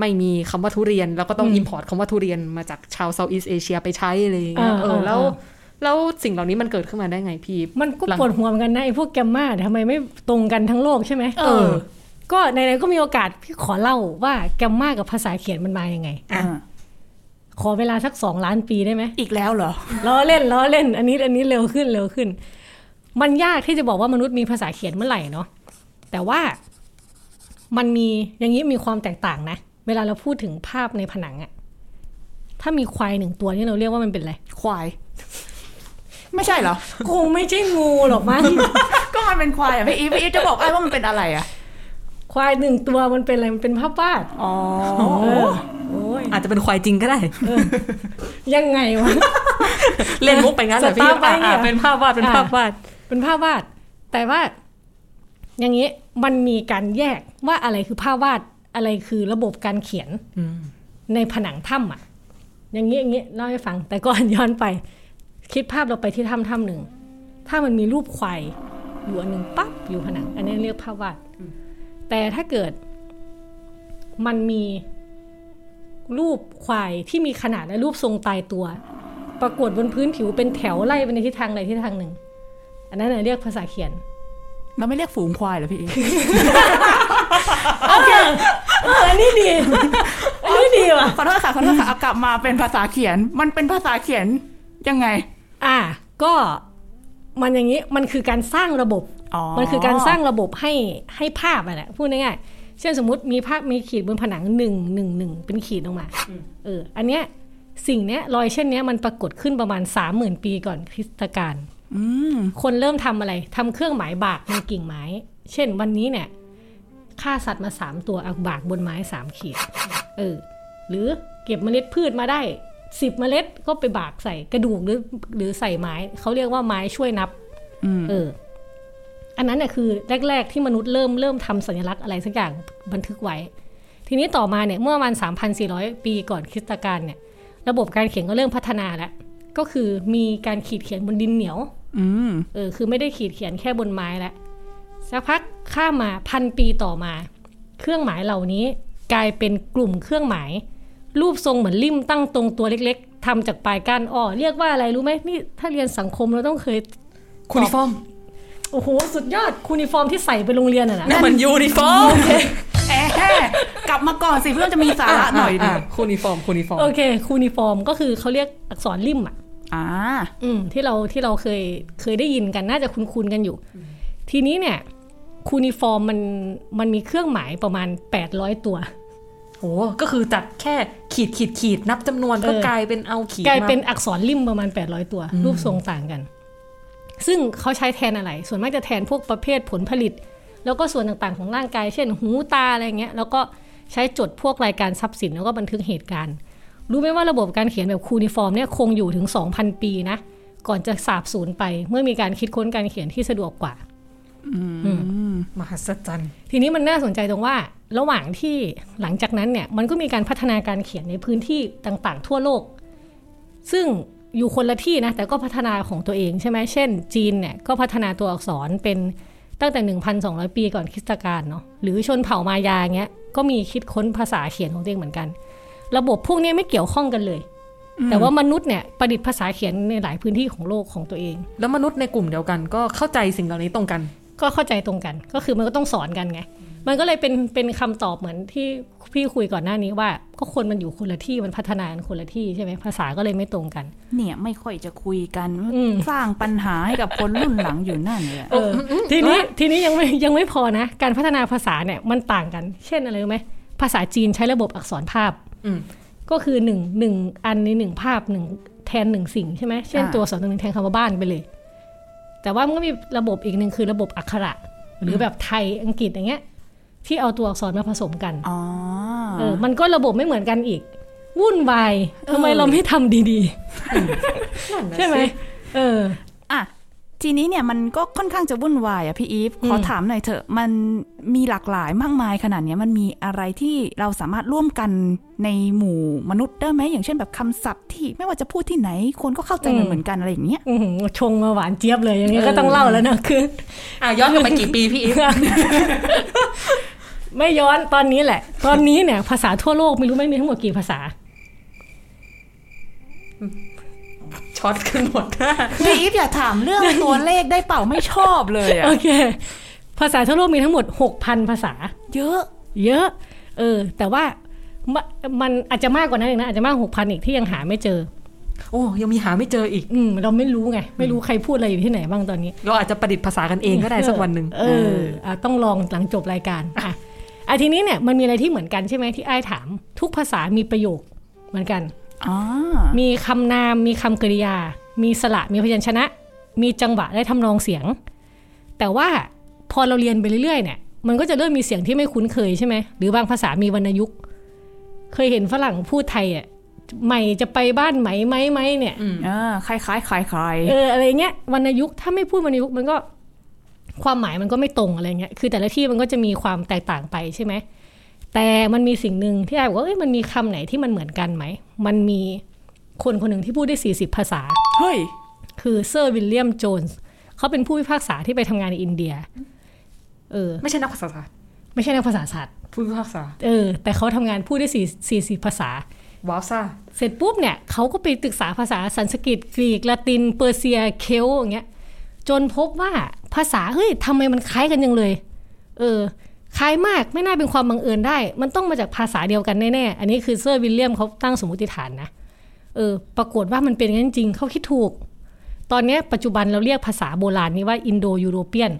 Speaker 5: ไม่มีคำว่าทุเรียน แล้วก็ต้อง
Speaker 6: อืม
Speaker 5: อิมพอร์ตคำว่าทุเรียนมาจากชาวเซาท์อีสเอเชียไปใช้อะไรอย่างเงี้ย
Speaker 6: อ่า
Speaker 5: เออแล้ว
Speaker 6: อ่า
Speaker 5: แล้วสิ่งเหล่านี้มันเกิดขึ้นมาได้ไงพี่อีฟ
Speaker 6: มันก็
Speaker 5: หลัง
Speaker 6: ปวดหัวเหมือนกันนะไอ้พวกแกมมาเนี่ยทำไมไม่ตรงกันทั้งโลกใช่ไหม
Speaker 5: เออ
Speaker 6: ก็ไหนๆก็มีโอกาสพี่ขอเล่าว่าแกมมากับภาษาเขียนมันมาอย่างไง
Speaker 4: อ่า
Speaker 6: ขอเวลาสักสองล้านปีได้ไหม
Speaker 4: อีกแล้วเหรอ
Speaker 6: ล้อเล่นล้อเล่น อันนี้อันนี้เร็วขึ้นเร็วขึ้น มันยากที่จะบอกว่ามนุษย์มีภาษาเขียนเมื่อไหร่เนาะแต่ว่ามันมีอย่างนี้มีความแตกต่างนะ เวลาเราพูดถึงภาพในผนังอะถ้ามีควายหนึ่งตัวนี่เราเรียกว่ามันเป็นอะไร
Speaker 4: ควาย ไม่ใช่เหรอ
Speaker 6: คงไม่ใช่งูหรอกมั้ง
Speaker 4: ก็มันเป็นควายอ่ะพี่อีฟพี่อีฟจะบอกไอ้ว่ามันเป็นอะไรอ่ะ
Speaker 6: ควายหนึ่งตัวมันเป็นอะไรมันเป็นภาพวาด
Speaker 4: อ๋อ
Speaker 6: โอ้ย
Speaker 5: อาจจะเป็นควายจริงก็ได้
Speaker 6: ยังไงวะ
Speaker 5: เล่นมุกไปงั้นเหรอ
Speaker 6: ส
Speaker 5: พี่
Speaker 6: ตาร์ฟไว้
Speaker 5: อ่ะ
Speaker 6: เนี่ย
Speaker 5: อ่ะเป็นภาพวาดเป็น
Speaker 6: อ่ะ
Speaker 5: ภาพวาด
Speaker 6: เป็นภาพวาด แต่ว่า อย่างนี้มันมีการแยกว่าอะไรคือภาพวาดอะไรคือระบบการเขียนในผนังถ้ำอ่ะ อย่างนี้อย่างนี้เล่าให้ฟัง แต่ก่อนย้อนไป คิดภาพเราไปที่ถ้ำถ้ำหนึ่ง ถ้ามันมีรูปควายอยู่อันหนึ่งปั๊บอยู่ผนัง อันนี้เรียกภาพวาด แต่ถ้าเกิด มันมีรูปควายที่มีขนาดและรูปทรงตายตัว ปรากฏบนพื้นผิวเป็นแถวไล่ไปในทิศทางใดทิศทางหนึ่ง อันนั้นนะเรียกภาษาเขียน
Speaker 4: เราไม่เรียกฝูงควายเหรอพี่อีฟ
Speaker 6: โอเคเอออันนี้ดี อันนี้ดีว่ะ
Speaker 4: ขอโทษค่ะขอโทษค่ะเอากลับมาเป็นภาษาเขียน มันเป็นภาษาเขียนยังไง
Speaker 6: อ่ะก็มันอย่างนี้ มันคือการสร้างระบบ
Speaker 4: อ๋อ
Speaker 6: มันคือการสร้างระบบให้ให้ภาพอะแหละพูดง่ายๆ เช่นสมมติมีภาพมีขีดบนผนังหนึ่งหนึ่งหนึ่งเป็นขีดออกมา เออ อันเนี้ยสิ่งเนี้ยรอยเช่นเนี้ยมันปรากฏขึ้นประมาณ 3 0,000 ปีก่อนคริสตกาล
Speaker 4: อืม
Speaker 6: คนเริ่มทำอะไรทำเครื่องหมายบากในกิ่งไม้ เช่นวันนี้เนี่ยฆ่าสัตว์มาสามตัวเอาบากบนไม้สามขีดเออหรือเก็บเมล็ดพืชมาได้สิบเมล็ดก็ไปบากใส่กระดูกหรือหรือใส่ไม้ เขาเรียกว่าไม้ช่วยนับ
Speaker 4: อืม
Speaker 6: เอออันนั้นเนี่ยคือแรก ๆ ที่มนุษย์เริ่มเริ่มทำสัญลักษณ์อะไรสักอย่างบันทึกไว้ ทีนี้ต่อมาเนี่ยเมื่อประมาณ3,400 ปีก่อนคริสตกาลเนี่ย ระบบการเขียนก็เริ่มพัฒนาแล้วก็คือมีการขีดเขียนบนดินเหนียว
Speaker 4: อืม
Speaker 6: เออคือไม่ได้ขีดเขียนแค่บนไม้แล้วสักพักข้ามมาพันปีต่อมา เครื่องหมายเหล่านี้กลายเป็นกลุ่มเครื่องหมาย รูปทรงเหมือนลิ่มตั้งตรงตัวเล็กๆทำจากปลายก้านอ้อเรียกว่าอะไรรู้ไหมนี่ถ้าเรียนสังคมเราต้องเคย
Speaker 5: คูนิฟอร์ม
Speaker 6: โอ้โห สุดยอดคูนิฟอร์มที่ใส่ไปโรงเรียนอะนะ
Speaker 5: นั่นมันยูนิฟอร์ม
Speaker 4: แอะแฮะกลับมาก่อนสิเพื่อนจะมีสาระหน่อยดิ
Speaker 5: คูนิฟ อร์มคูนิฟอร์ม
Speaker 6: โอเคคูนิฟอร์มก็คือเขาเรียกอักษรลิ่มอะ
Speaker 4: อ่า
Speaker 6: อืมที่เราที่เราเคยเคยได้ยินกันน่าจะคุ้นๆกันอยู่ ทีนี้เนี่ยคูนิฟอร์มมันมันมีเครื่องหมายประมาณ 800 ตัว
Speaker 5: โหก็คือจัดแค่ขีดขีดขีดนับจำนวนก็
Speaker 6: เออ
Speaker 5: กลายเป็นเอาขีด
Speaker 6: กลายเป็น
Speaker 5: ม
Speaker 6: อักษรริมประมาณ 800 ตัว รูปทรงต่างกัน ซึ่งเขาใช้แทนอะไร ส่วนมากจะแทนพวกประเภทผลผลิต แล้วก็ส่วนต่างๆของร่างกาย เช่นหูตาอะไรเงี้ย แล้วก็ใช้จดพวกรายการทรัพย์สินแล้วก็บันทึกเหตุการณ์ รู้ไหมว่าระบบการเขียนแบบคูนิฟอร์มเนี่ยคงอยู่ถึง 2,000 ปีนะ ก่อนจะสาบสูญไป เมื่อมีการคิดค้นการเขียนที่สะดวกกว่า
Speaker 5: มหัศจรรย์
Speaker 6: ทีนี้มันน่าสนใจตรงว่าระหว่างที่หลังจากนั้นเนี่ยมันก็มีการพัฒนาการเขียนในพื้นที่ต่างๆ ทั่วโลก ซึ่งอยู่คนละที่นะแต่ก็พัฒนาของตัวเองใช่ไหมเช่น จีนเนี่ยก็พัฒนาตัวอักษรเป็นตั้งแต่ 1,200 ปีก่อนคริสตกาลเนาะหรือชนเผ่ามายาเงี้ยก็มีคิดค้นภาษาเขียนของตัวเองเหมือนกัน ระบบพวกเนี้ยไม่เกี่ยวข้องกันเลย แต่ว่ามนุษย์เนี่ยประดิษฐ์ภาษาเขียนในหลายพื้นที่ของโลกของตัวเอง
Speaker 5: แล้วมนุษย์ในกลุ่มเดียวกันก็เข้าใจสิ่งเหล่านี้ตรงกัน
Speaker 6: ก็เข้าใจตรงกันก็คือมันก็ต้องสอนกันไง มันก็เลยเป็นเป็นคำตอบเหมือนที่พี่คุยก่อนหน้านี้ว่า ก็คนมันอยู่คนละที่มันพัฒนากันคนละที่ใช่ไหมภาษาก็เลยไม่ตรงกัน
Speaker 4: เนี่ยไม่ค่อยจะคุยกัน
Speaker 6: อืม
Speaker 4: สร้างปัญหาให้กับคนรุ่นหลังอยู่นั่นเลย
Speaker 6: เออทีนี้ทีนี้ยังไม่ ยังไม่พอนะ การพัฒนาภาษาเนี่ยมันต่างกัน เช่นอะไรรู้ไหมภาษาจีนใช้ระบบอักษรภาพ
Speaker 5: อืม
Speaker 6: ก็คือหนึ่งหนึ่งอันในหนึ่งภาพหนึ่งแทนหนึ่งสิ่งใช่ไหมเช่นตัวอักษรตัวหนึ่งแทนคำว่าบ้านไปเลย แต่ว่ามันก็มีระบบอีกหนึ่งคือระบบอักขระ หรือแบบไทยอังกฤษอย่างเงี้ย ที่เอาตัวอักษรมาผสมกัน
Speaker 4: อ๋อ
Speaker 6: เออมันก็ระบบไม่เหมือนกันอีก วุ่นวายทำไม
Speaker 4: เออ
Speaker 6: เราไม่ทำดีๆ ใช่ไหมเออ
Speaker 4: อ่ะทีนี้เนี่ยมันก็ค่อนข้างจะวุ่นวายอะพี่อีฟ
Speaker 6: อืม
Speaker 4: ขอถามหน่อยเถอะ มันมีหลากหลายมากมายขนาดเนี้ยมันมีอะไรที่เราสามารถร่วมกันในหมู่มนุษย์ได้ไหมอย่างเช่นแบบคำศัพท์ที่ไม่ว่าจะพูดที่ไหน คนก็เข้าใจมันเหมือนกันอะไรอย่างเงี้ย
Speaker 6: อื้อหือชงมาหวานเจี๊ยบเลยอย่างเงี้ยก็ต้องเล่าแล้วนะคือ
Speaker 5: อ่ะย้อนกลับไปกี่ปีพี่อีฟ
Speaker 6: ไม่ย้อนตอนนี้แหละ ตอนนี้เนี่ย ภาษาทั่วโลกไม่รู้ไม่มีทั้งหมดกี่ภาษา
Speaker 5: ช็อตขึ้นหมด
Speaker 4: พี่อีฟอย่าถามเรื่อง ตัวเลขได้เปล่าไม่ชอบเลยอะ
Speaker 6: โอเค ภาษาทั่วโลกมีทั้งหมด 6,000 ภาษา
Speaker 4: เยอะ
Speaker 6: เยอะ เออ แต่ว่ามะมันอาจจะมากกว่านั้นอีกนะอาจจะมาก6,000อีกที่ยังหาไม่เจอ
Speaker 5: โอ้ยังมีหาไม่เจออีก
Speaker 6: อืมเราไม่รู้ไง ไม่รู้ใครพูดอะไรอยู่ที่ไหนบ้างตอนนี้
Speaker 5: เราอาจจะประดิษฐ์ภาษากันเองก็ได้สักวันหนึ่ง
Speaker 6: เอออ่ะต้องลองหลังจบรายการอ่ะอ่ะทีนี้เนี่ยมันมีอะไรที่เหมือนกันใช่ไหมที่ไอ้ายถาม ทุกภาษามีประโยคเหมือนกัน
Speaker 4: อ๋อ
Speaker 6: มีคำนาม มีคำกริยา มีสระ มีพยัญชนะ มีจังหวะและทำนองเสียง แต่ว่าพอเราเรียนไปเรื่อยๆเนี่ย มันก็จะเริ่มมีเสียงที่ไม่คุ้นเคยใช่ไหม หรือบางภาษามีวรรณยุกต์ เคยเห็นฝรั่งพูดไทยอ่ะใหม่จะไปบ้านไหมไหมไหมเนี่ย
Speaker 4: เออคล้ายคล้ายคล้ายคล้าย
Speaker 6: เอออะไรเงี้ยวรรณยุกต์ถ้าไม่พูดวรรณยุกต์มันก็ความหมายมันก็ไม่ตรงอะไรเงี้ยคือแต่ละที่มันก็จะมีความแตกต่างไปใช่ไหมแต่มันมีสิ่งหนึ่งที่ไอ้บอกว่าเอ้ยมันมีคำไหนที่มันเหมือนกันไหม มันมีคนคนหนึ่งที่พูดได้ 40 ภาษา
Speaker 4: เฮ้ย
Speaker 6: คือเซอร์วิลเลียมโจนส์เขาเป็นผู้พิพากษาที่ไปทำงานในอินเดียเออ
Speaker 5: ไม่ใช่นักภาษาศาสตร์
Speaker 6: ไม่ใช่นักภาษาศาสตร์
Speaker 5: ผู้พิพากษา
Speaker 6: เออแต่เขาทำงานพูดได้สี่40 ภาษา
Speaker 5: ว้าวซ่า
Speaker 6: เสร็จปุ๊บเนี่ยเขาก็ไปศึกษาภาษาสันสกฤตกรีกละตินเปอร์เซียเคลต์อย่างเงี้ยจนพบว่าภาษาเฮ้ยทำไมมันคล้ายกันยังเลย เออ คล้ายมากไม่น่าเป็นความบังเอิญได้ มันต้องมาจากภาษาเดียวกันแน่ๆ อันนี้คือเซอร์วิลเลียมเขาตั้งสมมติฐานนะ เออ ปรากฏว่ามันเป็นอย่างนั้นจริงเขาคิดถูก ตอนเนี้ยปัจจุบันเราเรียกภาษาโบราณนี้ว่าอินโดยูโรเปียน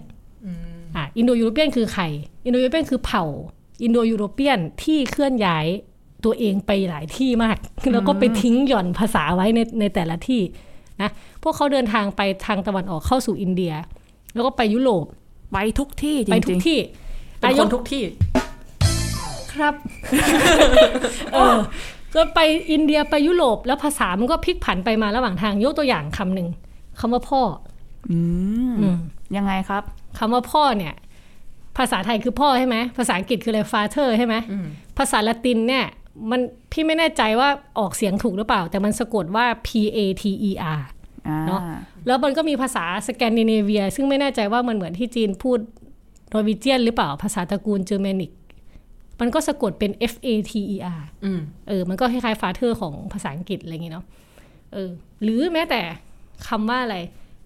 Speaker 6: อ่าอินโดยูโรเปียนคือใครอินโดยูโรเปียนคือเผ่า อินโดยูโรเปียนที่เคลื่อนย้ายตัวเองไปหลายที่มาก แล้วก็ไปทิ้งหย่อนภาษาไว้ในในแต่ละที่นะพวกเขาเดินทางไปทางตะวันออกเข้าสู่อินเดีย แล้วก็ไปยุโรป
Speaker 4: ไปทุกที่จ
Speaker 6: ไปทุ
Speaker 4: ริ
Speaker 6: ก
Speaker 4: ง
Speaker 6: ที่
Speaker 5: เป็น
Speaker 6: อา
Speaker 5: ค
Speaker 6: ยุ
Speaker 5: นทุกที่
Speaker 6: ครับเออก็ไปอินเดียไปยุโรปแล้วภาษามันก็พลิกผันไปมาระหว่างทางยกตัวอย่างคำหนึ่งคำว่าพ่อ
Speaker 4: ๆอืม
Speaker 6: อืม
Speaker 4: ยังไงครับ
Speaker 6: คำว่าพ่อเนี่ย ภาษาไทยคือพ่อใช่ไหมภาษาอังกฤษคืออะไร father ใช่ไหมภาษาละตินเนี่ยมันพี่ไม่แน่ใจว่าออกเสียงถูกหรือเปล่า แต่มันสะกดว่า p a t e r
Speaker 4: อ่า
Speaker 6: เนอะ แล้วมันก็มีภาษาสแกนดิเนเวีย ซึ่งไม่แน่ใจว่ามันเหมือนที่จีนพูดโรวิเจียนหรือเปล่า ภาษาตระกูลเจอร์แมนิก มันก็สะกดเป็น F A T E R
Speaker 5: อืม
Speaker 6: เออ มันก็คล้ายๆฟาเธอร์ของภาษาอังกฤษอะไรอย่างงี้เนาะ เออ หรือแม้แต่คำว่าอะไร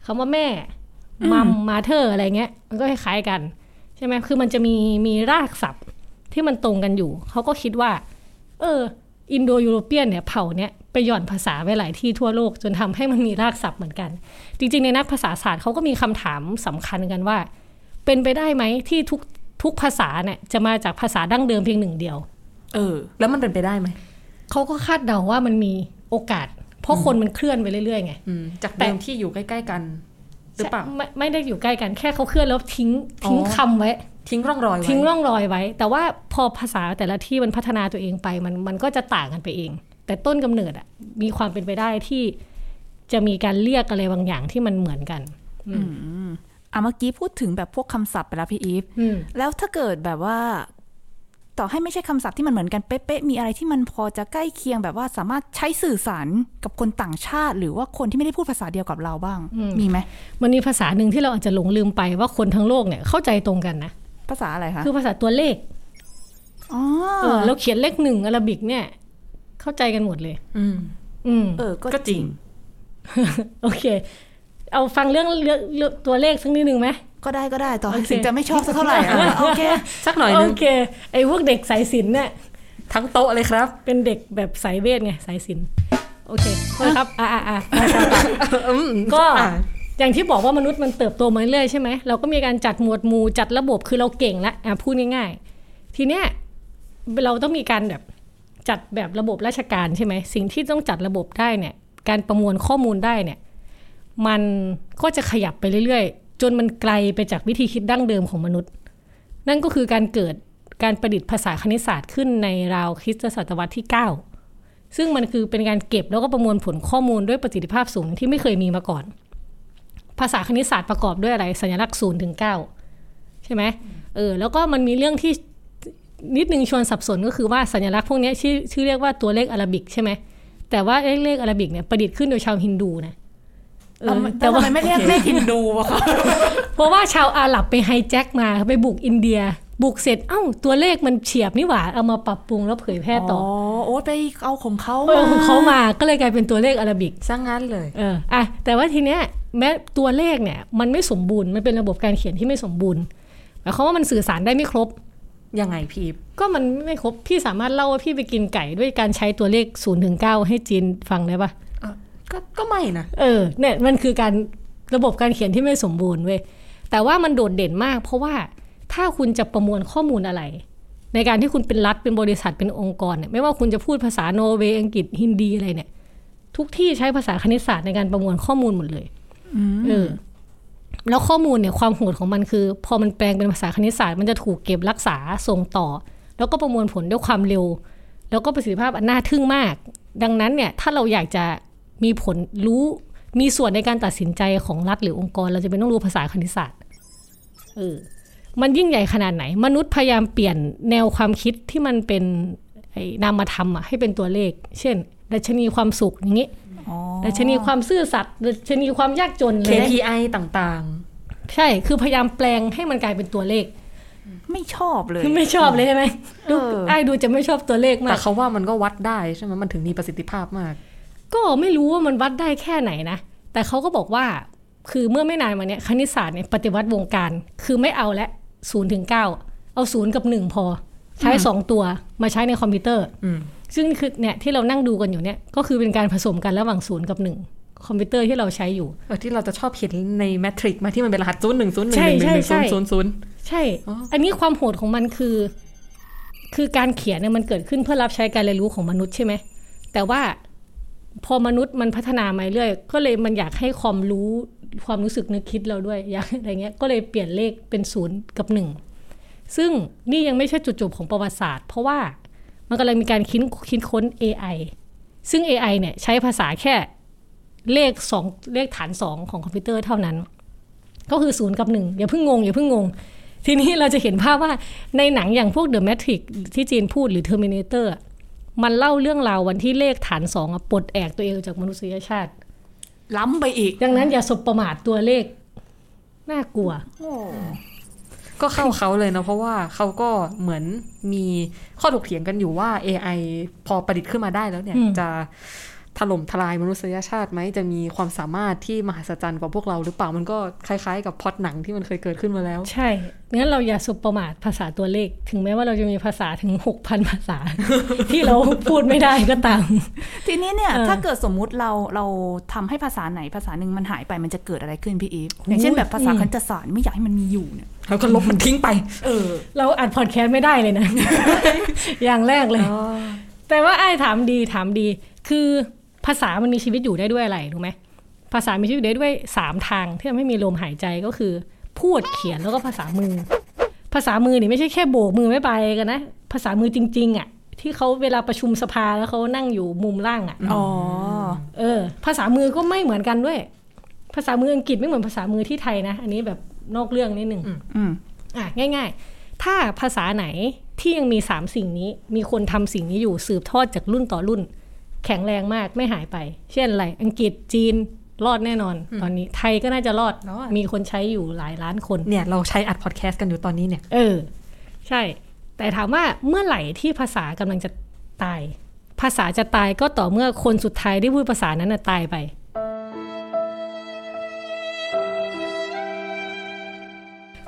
Speaker 6: คำว่าแม่ มัม มาเธอร์อะไรเงี้ย มันก็คล้ายๆกัน ใช่ไหม คือมันจะมีมีรากศัพท์ที่มันตรงกันอยู่ เขาก็คิดว่า เออ อินโดยูโรเปียนเนี่ยเผ่าเนี่ยไปหย่อนภาษาไว้หลายที่ทั่วโลก จนทำให้มันมีรากศัพท์เหมือนกัน จริง ๆ ในนักภาษาศาสตร์เขาก็มีคำถามสำคัญกันว่า เป็นไปได้ไหมที่ทุกทุกภาษาเนี่ยจะมาจากภาษาดั้งเดิมเพียงหนึ่งเดียว
Speaker 5: เ
Speaker 4: เออ
Speaker 5: แล้วมันเป็นไปได้ไหม
Speaker 6: เขาก็คาดเดาว่ามันมีโอกาส เพราะคนมันเคลื่อนไปเรื่อยๆไง
Speaker 5: อืมจากเดิมที่อยู่ใกล้ ๆ กัน หรือเปล่า
Speaker 6: ไม่ไม่ได้อยู่ใกล้กันแค่เขาเคลื่อนแล้วทิ้ง
Speaker 5: อ๋อ
Speaker 6: ทิ้งคำไว้
Speaker 5: ทิ้งร่องรอยไว้
Speaker 6: ทิ้งร่องรอยไว้ แต่ว่าพอภาษาแต่ละที่มันพัฒนาตัวเองไปมันมันก็จะต่างกันไปเอง แต่ต้นกำเนิดอะมีความเป็นไปได้ที่จะมีการเรียกอะไรบางอย่างที่มันเหมือนกัน
Speaker 4: อ่ะเมื่อกี้พูดถึงแบบพวกคำศัพท์ไปแล้วพี่อีฟ
Speaker 6: อืม
Speaker 4: แล้วถ้าเกิดแบบว่า ต่อให้ไม่ใช่คำศัพท์ที่มันเหมือนกันเป๊ะๆมีอะไรที่มันพอจะใกล้เคียงแบบว่าสามารถใช้สื่อสารกับคนต่างชาติ หรือว่าคนที่ไม่ได้พูดภาษาเดียวกับเราบ้าง
Speaker 6: อืม
Speaker 4: มีไหม
Speaker 6: มันมีภาษาหนึ่งที่เราอาจจะหลงลืมไปว่าคนทั้งโลกเนี่ยเข้าใจตรงกันนะ
Speaker 4: ภาษาอะไรคะ
Speaker 6: คือภาษาตัวเลข
Speaker 4: อ๋อ
Speaker 6: เออแล้วเขียนเลขหนึ่งอาราบิกเนี่ย เข้าใจกันหมดเลย
Speaker 5: อืม
Speaker 6: อืม
Speaker 4: เออ
Speaker 5: ก็
Speaker 4: ก็
Speaker 5: จริง
Speaker 6: โอเค เอาฟังเรื่องเรื่องเรื่องตัวเลขสักนิดนึงไหม
Speaker 4: ก็ได้ก็ได้ต่อให้
Speaker 6: โอเค
Speaker 4: ถึงจะไม่ชอบสักเท่าไหร่อะ โอเค
Speaker 5: สักหน่อย
Speaker 6: โอ
Speaker 5: นึง
Speaker 6: เค ไอ้พวกเด็กสายสินเนี่ย
Speaker 5: ทั้งโต๊ะเลยครับ
Speaker 6: เป็นเด็กแบบสายเวทไงสายศิลป์โอเคโทษครับอ่าอ่าก็
Speaker 5: อ่ะ
Speaker 6: อย่างที่บอกว่ามนุษย์มันเติบโตมาเรื่อยๆใช่ไหมเราก็มีการจัดหมวดหมู่จัดระบบคือเราเก่งละอ่ะพูดง่ายๆ ทีเนี้ยเราต้องมีการแบบจัดแบบระบบราชการใช่ไหมสิ่งที่ต้องจัดระบบได้เนี่ย การประมวลข้อมูลได้เนี่ย มันก็จะขยับไปเรื่อยๆ จนมันไกลไปจากวิธีคิดดั้งเดิมของมนุษย์ นั่นก็คือการเกิดการประดิษฐ์ภาษาคณิตศาสตร์ขึ้นในราวคริสตศตวรรษที่ 9 ซึ่งมันคือเป็นการเก็บแล้วก็ประมวลผลข้อมูลด้วยประสิทธิภาพสูงที่ไม่เคยมีมาก่อน ภาษาคณิตศาสตร์ประกอบด้วยอะไรสัญลักษณ์0ถึง9ใช่ไหมเออแล้วก็มันมีเรื่องที่นิดนึงชวนสับสนก็คือว่าสัญลักษณ์พวกเนี้ยชื่อชื่อเรียกว่าตัวเลขอาราบิกใช่ไหมแต่ว่าเลขเลขอาราบิกเนี่ยประดิษฐ์ขึ้นโดยชาวฮินดูนะเออ
Speaker 4: แต่ว่าไม่เรียกเลขฮินดูอะคะ
Speaker 6: เพราะว่าชาวอาหรับไปไฮแจ็คมาไปบุกอินเดีย บุกเสร็จเอ้า ตัวเลขมันเฉียบนี่หว่าเอามาปรับปรุงแล้วเผยแพร่ต่อ
Speaker 4: อ๋อโอ้ยไปเอาของเขา
Speaker 6: อเออของเขามาก็เลยกลายเป็นตัวเลขอาราบิก
Speaker 5: สร้างงานเลย
Speaker 6: เอออ่ะแต่ว่าทีเนี้ยแม้ตัวเลขเนี่ยมันไม่สมบูรณ์มันเป็นระบบการเขียนที่ไม่สมบูรณ์หมายความว่ามันสื่อสารได้ไม่ครบ
Speaker 5: ยังไงพี่อีฟ
Speaker 6: ก็มันไม่ครบพี่สามารถเล่าว่าพี่ไปกินไก่ด้วยการใช้ตัวเลข0ูนถึงเให้จีนฟังได้ปะ
Speaker 5: อ่ะก็ก็ไม่นะ
Speaker 6: เออเนี่ยมันคือการระบบการเขียนที่ไม่สมบูรณ์เว้ยแต่ว่ามันโดดเด่นมาก เพราะว่าถ้าคุณจะประมวลข้อมูลอะไร ในการที่คุณเป็นรัฐเป็นบริษัทเป็นองค์กรเนี่ยไม่ว่าคุณจะพูดภาษาโนอร์เวย์อังกฤษฮินดีอะไรเนี่ย ทุกที่ใช้ภาษาคณิตศาสตร์ในการประมวลข้อมูลหมดเลยเออแล้วข้อมูลเนี่ยความโหดของมันคือ พอมันแปลงเป็นภาษาคณิตศาสตร์มันจะถูกเก็บรักษาส่งต่อ แล้วก็ประมวลผลด้วยความเร็ว แล้วก็ประสิทธิภาพอันน่าทึ่งมาก ดังนั้นเนี่ยถ้าเราอยากจะมีผลรู้มีส่วนในการตัดสินใจของรัฐหรือองค์กร เราจะเป็นต้องรู้ภาษาคณิตศาสตร์เออมันยิ่งใหญ่ขนาดไหน มนุษย์พยายามเปลี่ยนแนวความคิดที่มันเป็นไอ้นามธรรมอะให้เป็นตัวเลข เช่น ดัชนีความสุขอย่างนี้
Speaker 4: อ๋อ
Speaker 6: ดัชนีความซื่อสัตย์ดัชนีความยากจนเลย
Speaker 5: KPI ต่าง
Speaker 6: ใช่คือพยายามแปลงให้มันกลายเป็นตัวเลข
Speaker 4: ไม่ชอบเลย
Speaker 6: ไม่ชอบเลยใช่ไหมดู
Speaker 4: เออ
Speaker 6: ไอ้ดูจะไม่ชอบตัวเลข
Speaker 5: ๆ
Speaker 6: มา
Speaker 5: แต่
Speaker 6: ก
Speaker 5: เขาว่ามันก็วัดได้ใช่ไหมมันถึงมีประสิทธิภาพมาก
Speaker 6: ก็ไม่รู้ว่ามันวัดได้แค่ไหนนะ แต่เขาก็บอกว่า คือเมื่อไม่นานมาเนี้ยคณิตศาสตร์เนี่ยปฏิวัติวงการ คือไม่เอาละศูนย์ถึงเก้าเอาศูนย์กับหนึ่งพอ ใช้สองตัวมาใช้ในคอมพิวเตอร์
Speaker 5: อืม
Speaker 6: ซึ่งคือเนี่ยที่เรานั่งดูกันอยู่เนี่ย ก็คือเป็นการผสมกันระหว่างศูนย์กับหนึ่งคอมพิวเตอร์ที่เราใช้อยู่
Speaker 5: เออที่เราจะชอบเห็นในแมทริกซ์มาที่มันเป็นรหัสศูนย์หนึ่งศูนย์หนึ่
Speaker 6: ใช่
Speaker 5: งหนึ่ง
Speaker 6: ใช่
Speaker 5: หนึ่ง
Speaker 6: ใช่
Speaker 5: ศูนย์ศูนย์ศูนย์
Speaker 6: ใช่
Speaker 5: อ๋ออั
Speaker 6: อันนี้ความโหดของมันคือ คือการเขียนเนี่ยมันเกิดขึ้นเพื่อรับใช้การเรียนรู้ของมนุษย์ใช่ไหม แต่ว่าพอมนุษย์มันพัฒนามาเรื่อย ก็เลยมันอยากให้ความรู้ความรู้สึกนึกคิดเราด้วย อยากอะไรเงี้ย ก็เลยเปลี่ยนเลขเป็นศูนย์กับหนึ่ง ซึ่งนี่ยังไม่ใช่จุดจบของประวัติศาสตร์ เพราะว่ามันกำลังมีการคิดคิดค้น AI ซึ่ง AI เนี่ยใช้ภาษาแค่เลขสองเลขฐานสองของคอมพิวเตอร์เท่านั้น ก็คือศูนย์กับหนึ่งอย่าเพิ่งงงอย่าเพิ่งงง ทีนี้เราจะเห็นภาพว่าในหนังอย่างพวก The Matrix ที่จีนพูดหรือ Terminator อะมันเล่าเรื่องราววันที่เลขฐานสองอะปลดแอกตัวเองออกจากมนุษยชาติ
Speaker 4: ล้ำไปอีก
Speaker 6: ดังนั้นอย่าสบประมาทตัวเลข น่ากลัว
Speaker 4: โอ้
Speaker 5: ก็เข้าเขาเลยนะเพราะว่าเขาก็เหมือนมีข้อถกเถียงกันอยู่ว่า AI พอประดิษฐ์ขึ้นมาได้แล้วเนี่ย
Speaker 6: อืม
Speaker 5: จะ ถล่มทลายมนุษยชาติไหมจะมีความสามารถที่มหัศจรรย์กว่าพวกเราหรือเปล่ามันก็คล้ายๆ กับพล็อดหนังที่มันเคยเกิดขึ้นมาแล้ว
Speaker 6: ใช่ งั้นเราอย่าสุปประมาทภาษาตัวเลข ถึงแม้ว่าเราจะมีภาษาถึง 6,000 ภาษ า ที่เราพูดไม่ได้ก็ตาม
Speaker 4: ทีนี้เนี่ย
Speaker 6: เออ
Speaker 4: ถ้าเกิดสมมุติเราเราทำให้ภาษาไหนภาษาหนึ่งมันหายไปมันจะเกิดอะไรขึ้นพี่อีฟอย่างเช่นแบบภาษาคันจศาสตร์ไม่อยากให้มันมีอยู่เนี่ย
Speaker 5: แล้วก็ลบมันทิ้งไป
Speaker 4: เออ
Speaker 6: เราอัดพอดแคสต์ไม่ได้เลย นะ อย่างแรกเลย แต่ว่าไอ้ายถามดีถามดี คือภาษามันมีชีวิตอยู่ได้ด้วยอะไรรู้ไหมภาษามีชีวิตอยู่ได้ด้วยสามทางที่ทำให้มีลมหายใจก็คือ พูดเขียนแล้วก็ภาษามือ ภาษามือนี่ไม่ใช่แค่โบกมือไม่ไปกันนะภาษามือจริงๆอ่ะที่เขาเวลาประชุมสภาแล้วเขานั่งอยู่มุมล่างอ่ะ
Speaker 4: อ๋อ
Speaker 6: เออภาษามือก็ไม่เหมือนกันด้วย ภาษามืออังกฤษไม่เหมือนภาษามือที่ไทยนะ อันนี้แบบนอกเรื่องนิดหนึ่ง
Speaker 5: อืม
Speaker 4: อืม
Speaker 6: อ่ะง่าย ๆ ถ้าภาษาไหนที่ยังมีสามสิ่งนี้ มีคนทำสิ่งนี้อยู่สืบทอดจากรุ่นต่อรุ่น แข็งแรงมากไม่หายไป เช่นอะไรอังกฤษจีนรอดแน่นอน ตอนนี้ไทยก็น่าจะรอด
Speaker 5: รอด
Speaker 6: มีคนใช้อยู่หลายล้านคน
Speaker 5: เนี่ยเราใช้อัดพอดแคสต์กันอยู่ตอนนี้เนี่ย
Speaker 6: เออ ใช่ แต่ถามว่าเมื่อไหร่ที่ภาษากำลังจะตาย ภาษาจะตายก็ต่อเมื่อคนสุดท้ายที่พูดภาษานั้นนะตายไป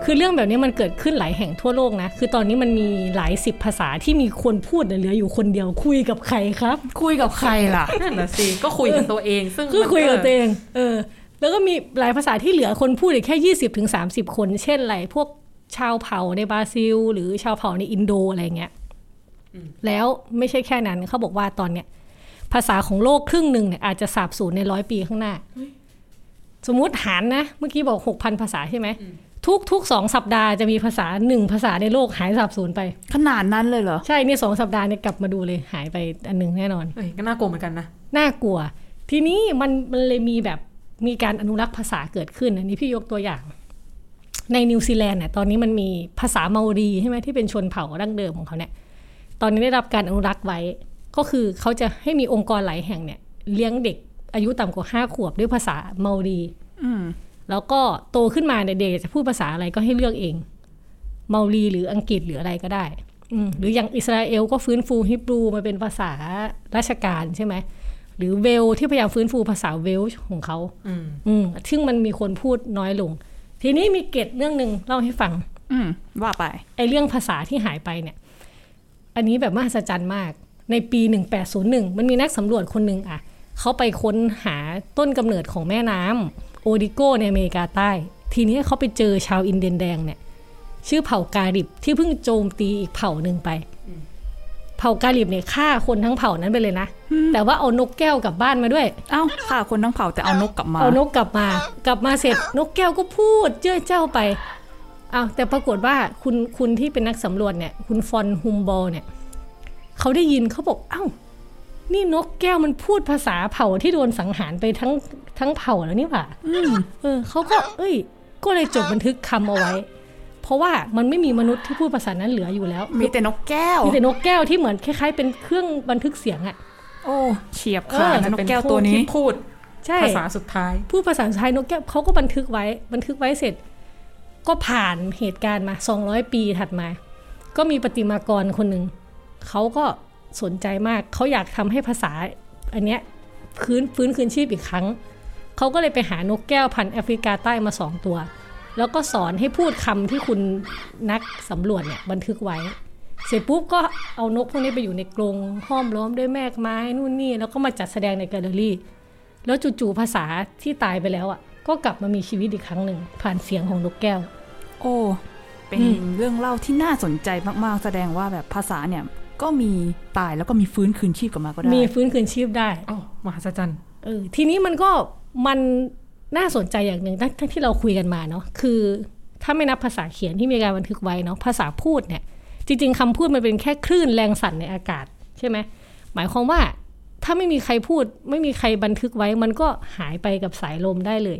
Speaker 6: คือเรื่องแบบนี้มันเกิดขึ้นหลายแห่งทั่วโลกนะ คือตอนนี้มันมีหลายสิบภาษาที่มีคนพูดแต่เหลืออยู่คนเดียวคุยกับใครครับ
Speaker 4: คุยกับใครล่ะ
Speaker 5: นั่นนะสิ ก็คุยกับตัวเอง ซึ่ง
Speaker 6: คือ
Speaker 5: มัน
Speaker 6: คุยกับตัวเอง เออ แล้วก็มีหลายภาษาที่เหลือคนพูดอีกแค่ 20ถึง30 คน เช่นอะไรพวกชาวเผ่าในบราซิล หรือชาวเผ่าในอินโดอะไรเงี้ย แล้วไม่ใช่แค่นั้นเขาบอกว่าตอนเนี้ยภาษาของโลกครึ่งหนึ่งเนี่ยอาจจะสาบสูญในร้อยปีข้างหน้า สมมุติหารนะ เมื่อกี้บอก 6,000 ภาษาใช่ไหม ทุกทุกสองสัปดาห์จะมีภาษาหนึ่งภาษาในโลกหายสาบสูญไป
Speaker 4: ขนาดนั้นเลยเหรอ
Speaker 6: ใช่นี่สองสัปดาห์เนี่ยกลับมาดูเลยหายไปอันหนึ่งแน่นอน
Speaker 5: เอ้ยก็น่ากลัวเหมือนกันนะ
Speaker 6: น่ากลัว ทีนี้มันมันเลยมีแบบมีการอนุรักษ์ภาษาเกิดขึ้นอันนี้พี่ยกตัวอย่าง ในนิวซีแลนด์น่ะตอนนี้มันมีภาษาเมารีใช่ไหมที่เป็นชนเผ่าดั้งเดิมของเขาเนี่ยตอนนี้ได้รับการอนุรักษ์ไว้ ก็คือเขาจะให้มีองค์กรหลายแห่งเนี่ยเลี้ยงเด็กอายุต่ำกว่าห้าขวบด้วยภาษาเมารี
Speaker 4: อืม
Speaker 6: แล้วก็โตขึ้นมาเนี่ยเด็กจะพูดภาษาอะไรก็ให้เลือกเอง เมารีหรืออังกฤษหรืออะไรก็ได้อืมหรืออย่างอิสราเอลก็ฟื้นฟูฮิบรูมาเป็นภาษาราชการใช่ไหม หรือเวลที่พยายามฟื้นฟูภาษาเวลช์ของเขา
Speaker 5: อืม
Speaker 6: อืมซึ่งมันมีคนพูดน้อยลง ทีนี้มีเกตเรื่องหนึ่งเล่าให้ฟัง
Speaker 4: อืม ว่าไป
Speaker 6: ไอเรื่องภาษาที่หายไปเนี่ย อันนี้แบบมหัศจรรย์มาก ในปี 1801 มันมีนักสำรวจคนหนึ่งอะเขาไปค้นหาต้นกำเนิดของแม่น้ำโอดิโกในอเมริกาใต้ ทีนี้เขาไปเจอชาวอินเดียนแดงเนี่ย ชื่อเผ่ากาลิบที่เพิ่งโจมตีอีกเผ่าหนึ่งไป เผ่ากาลิบเนี่ยฆ่าคนทั้งเผ่านั้นไปเลยนะ แต่ว่าเอานกแก้วกลับบ้านมาด้วย
Speaker 4: เอ้าฆ่าคนทั้งเผ่าแต่เอานกกลับมา
Speaker 6: เอานกกลับมา กลับมาเสร็จนกแก้วก็พูดเจ้อเจ้าไปเอาแต่ปรากฏว่าคุณคุณที่เป็นนักสำรวจเนี่ย คุณฟอนฮุมโบอลเนี่ยเขาได้ยินเขาบอกเอ้า นี่นกแก้วมันพูดภาษาเผ่าที่โดนสังหารไปทั้งทั้งเผ่าแล้วนี่หว่าเออเขาก็ เอ้ย ก็เลยจดบันทึกคำเอาไว้ เพราะว่ามันไม่มีมนุษย์ที่พูดภาษานั้นเหลืออยู่แล้ว
Speaker 4: มีแต่นกแก้ว
Speaker 6: มีแต่นกแก้วที่เหมือนคล้ายๆ เป็นเครื่องบันทึกเสียงอะ
Speaker 4: โอ้เฉียบ
Speaker 6: เอ
Speaker 4: ขา
Speaker 6: อ
Speaker 4: ดนะนกแก้วตัวนี้
Speaker 5: พูด
Speaker 6: ใช่
Speaker 5: ภาษาสุดท้าย
Speaker 6: พูดภาษาไทยนกแก้วเขาก็บันทึกไว้ บันทึกไว้เสร็จ ก็ผ่านเหตุการณ์มา 200 ปีถัดมา ก็มีประติมากรคนหนึ่งเขาก็สนใจมากเขาอยากทำให้ภาษาอันเนี้ยคืนฟื้นคืนชีพอีกครั้ง เขาก็เลยไปหานกแก้วพันธุ์แอฟริกาใต้มาสองตัว แล้วก็สอนให้พูดคำที่คุณนักสำรวจเนี่ยบันทึกไว้ เสร็จปุ๊บก็เอานกพวกนี้ไปอยู่ในกรงห้อมล้อมด้วยแมกไม้นู่นนี่แล้วก็มาจัดแสดงในแกลเลอรี่ แล้วจู่ๆภาษาที่ตายไปแล้วอ่ะ ก็กลับมามีชีวิตอีกครั้งหนึ่ง ผ่านเสียงของนกแก้ว
Speaker 4: โอ้ เป็น
Speaker 6: อืม
Speaker 4: เรื่องเล่าที่น่าสนใจมาก ๆ แสดงว่าแบบภาษาเนี่ย ก็มีตายแล้วก็มีฟื้นคืนชีพกลับมาก็ได้
Speaker 6: มีฟื้นคืนชีพได้
Speaker 5: อ๋อมหัศจรรย์
Speaker 6: เออทีนี้มันก็มันน่าสนใจอย่างหนึ่งทั้งทั้งที่เราคุยกันมาเนาะคือถ้าไม่นับภาษาเขียนที่มีการบันทึกไว้เนาะภาษาพูดเนี่ย จริง ๆคำพูดมันเป็นแค่คลื่นแรงสั่นในอากาศใช่ไหมหมายความว่าถ้าไม่มีใครพูด ไม่มีใครบันทึกไว้ มันก็หายไปกับสายลมได้เลย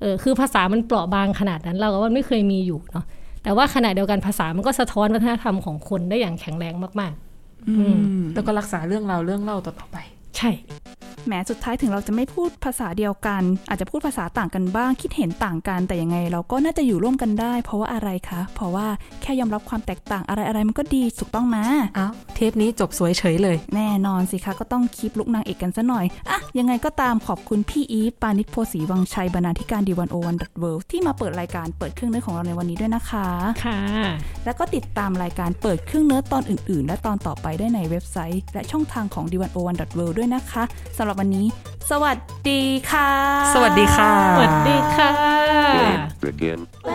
Speaker 6: เออคือภาษามันเปราะบางขนาดนั้นเราก็ว่ามันไม่เคยมีอยู่เนาะแต่ว่าขณะเดียวกันภาษามันก็สะท้อนวัฒนธรรมของคนได้อย่างแข็งแรงมาก ๆ
Speaker 4: อืม
Speaker 5: แล้วก็รักษาเรื่องราวเรื่องเล่าต่อๆไป
Speaker 6: ใช่
Speaker 4: แหมสุดท้ายถึงเราจะไม่พูดภาษาเดียวกัน อาจจะพูดภาษาต่างกันบ้าง คิดเห็นต่างกันแต่ยังไง เราก็น่าจะอยู่ร่วมกันได้ เพราะว่าอะไรคะ เพราะว่าแค่ยอมรับความแตกต่างอะไรอะไรๆมันก็ดีถูกต้องมา
Speaker 5: อ้าวเทปนี้จบสวยเฉยเลย
Speaker 4: แน่นอนสิคะก็ต้องคีบลุกนางเอกกันซะหน่อย อะยังไงก็ตามขอบคุณพี่อีฟปานิชโพสีวังชัยบรรณาธิการดีวันโอวันดอทเวที่มาเปิดรายการเปิดเครื่องเนื้อของเราในวันนี้ด้วยนะคะ
Speaker 6: ค่ะ
Speaker 4: แล้วก็ติดตามรายการเปิดเครื่องเนื้อตอนอื่น ๆ และตอนต่อไปได้ในเว็บไซต์ และช่องทางของ d 1 0 1 w o r l d ด้วยนะคะสำหรับวันนี้ สวัสดีค่ะ
Speaker 5: สวัสดีค่ะ
Speaker 6: สวัสดีค่ะ
Speaker 2: Game begin.
Speaker 3: Bye.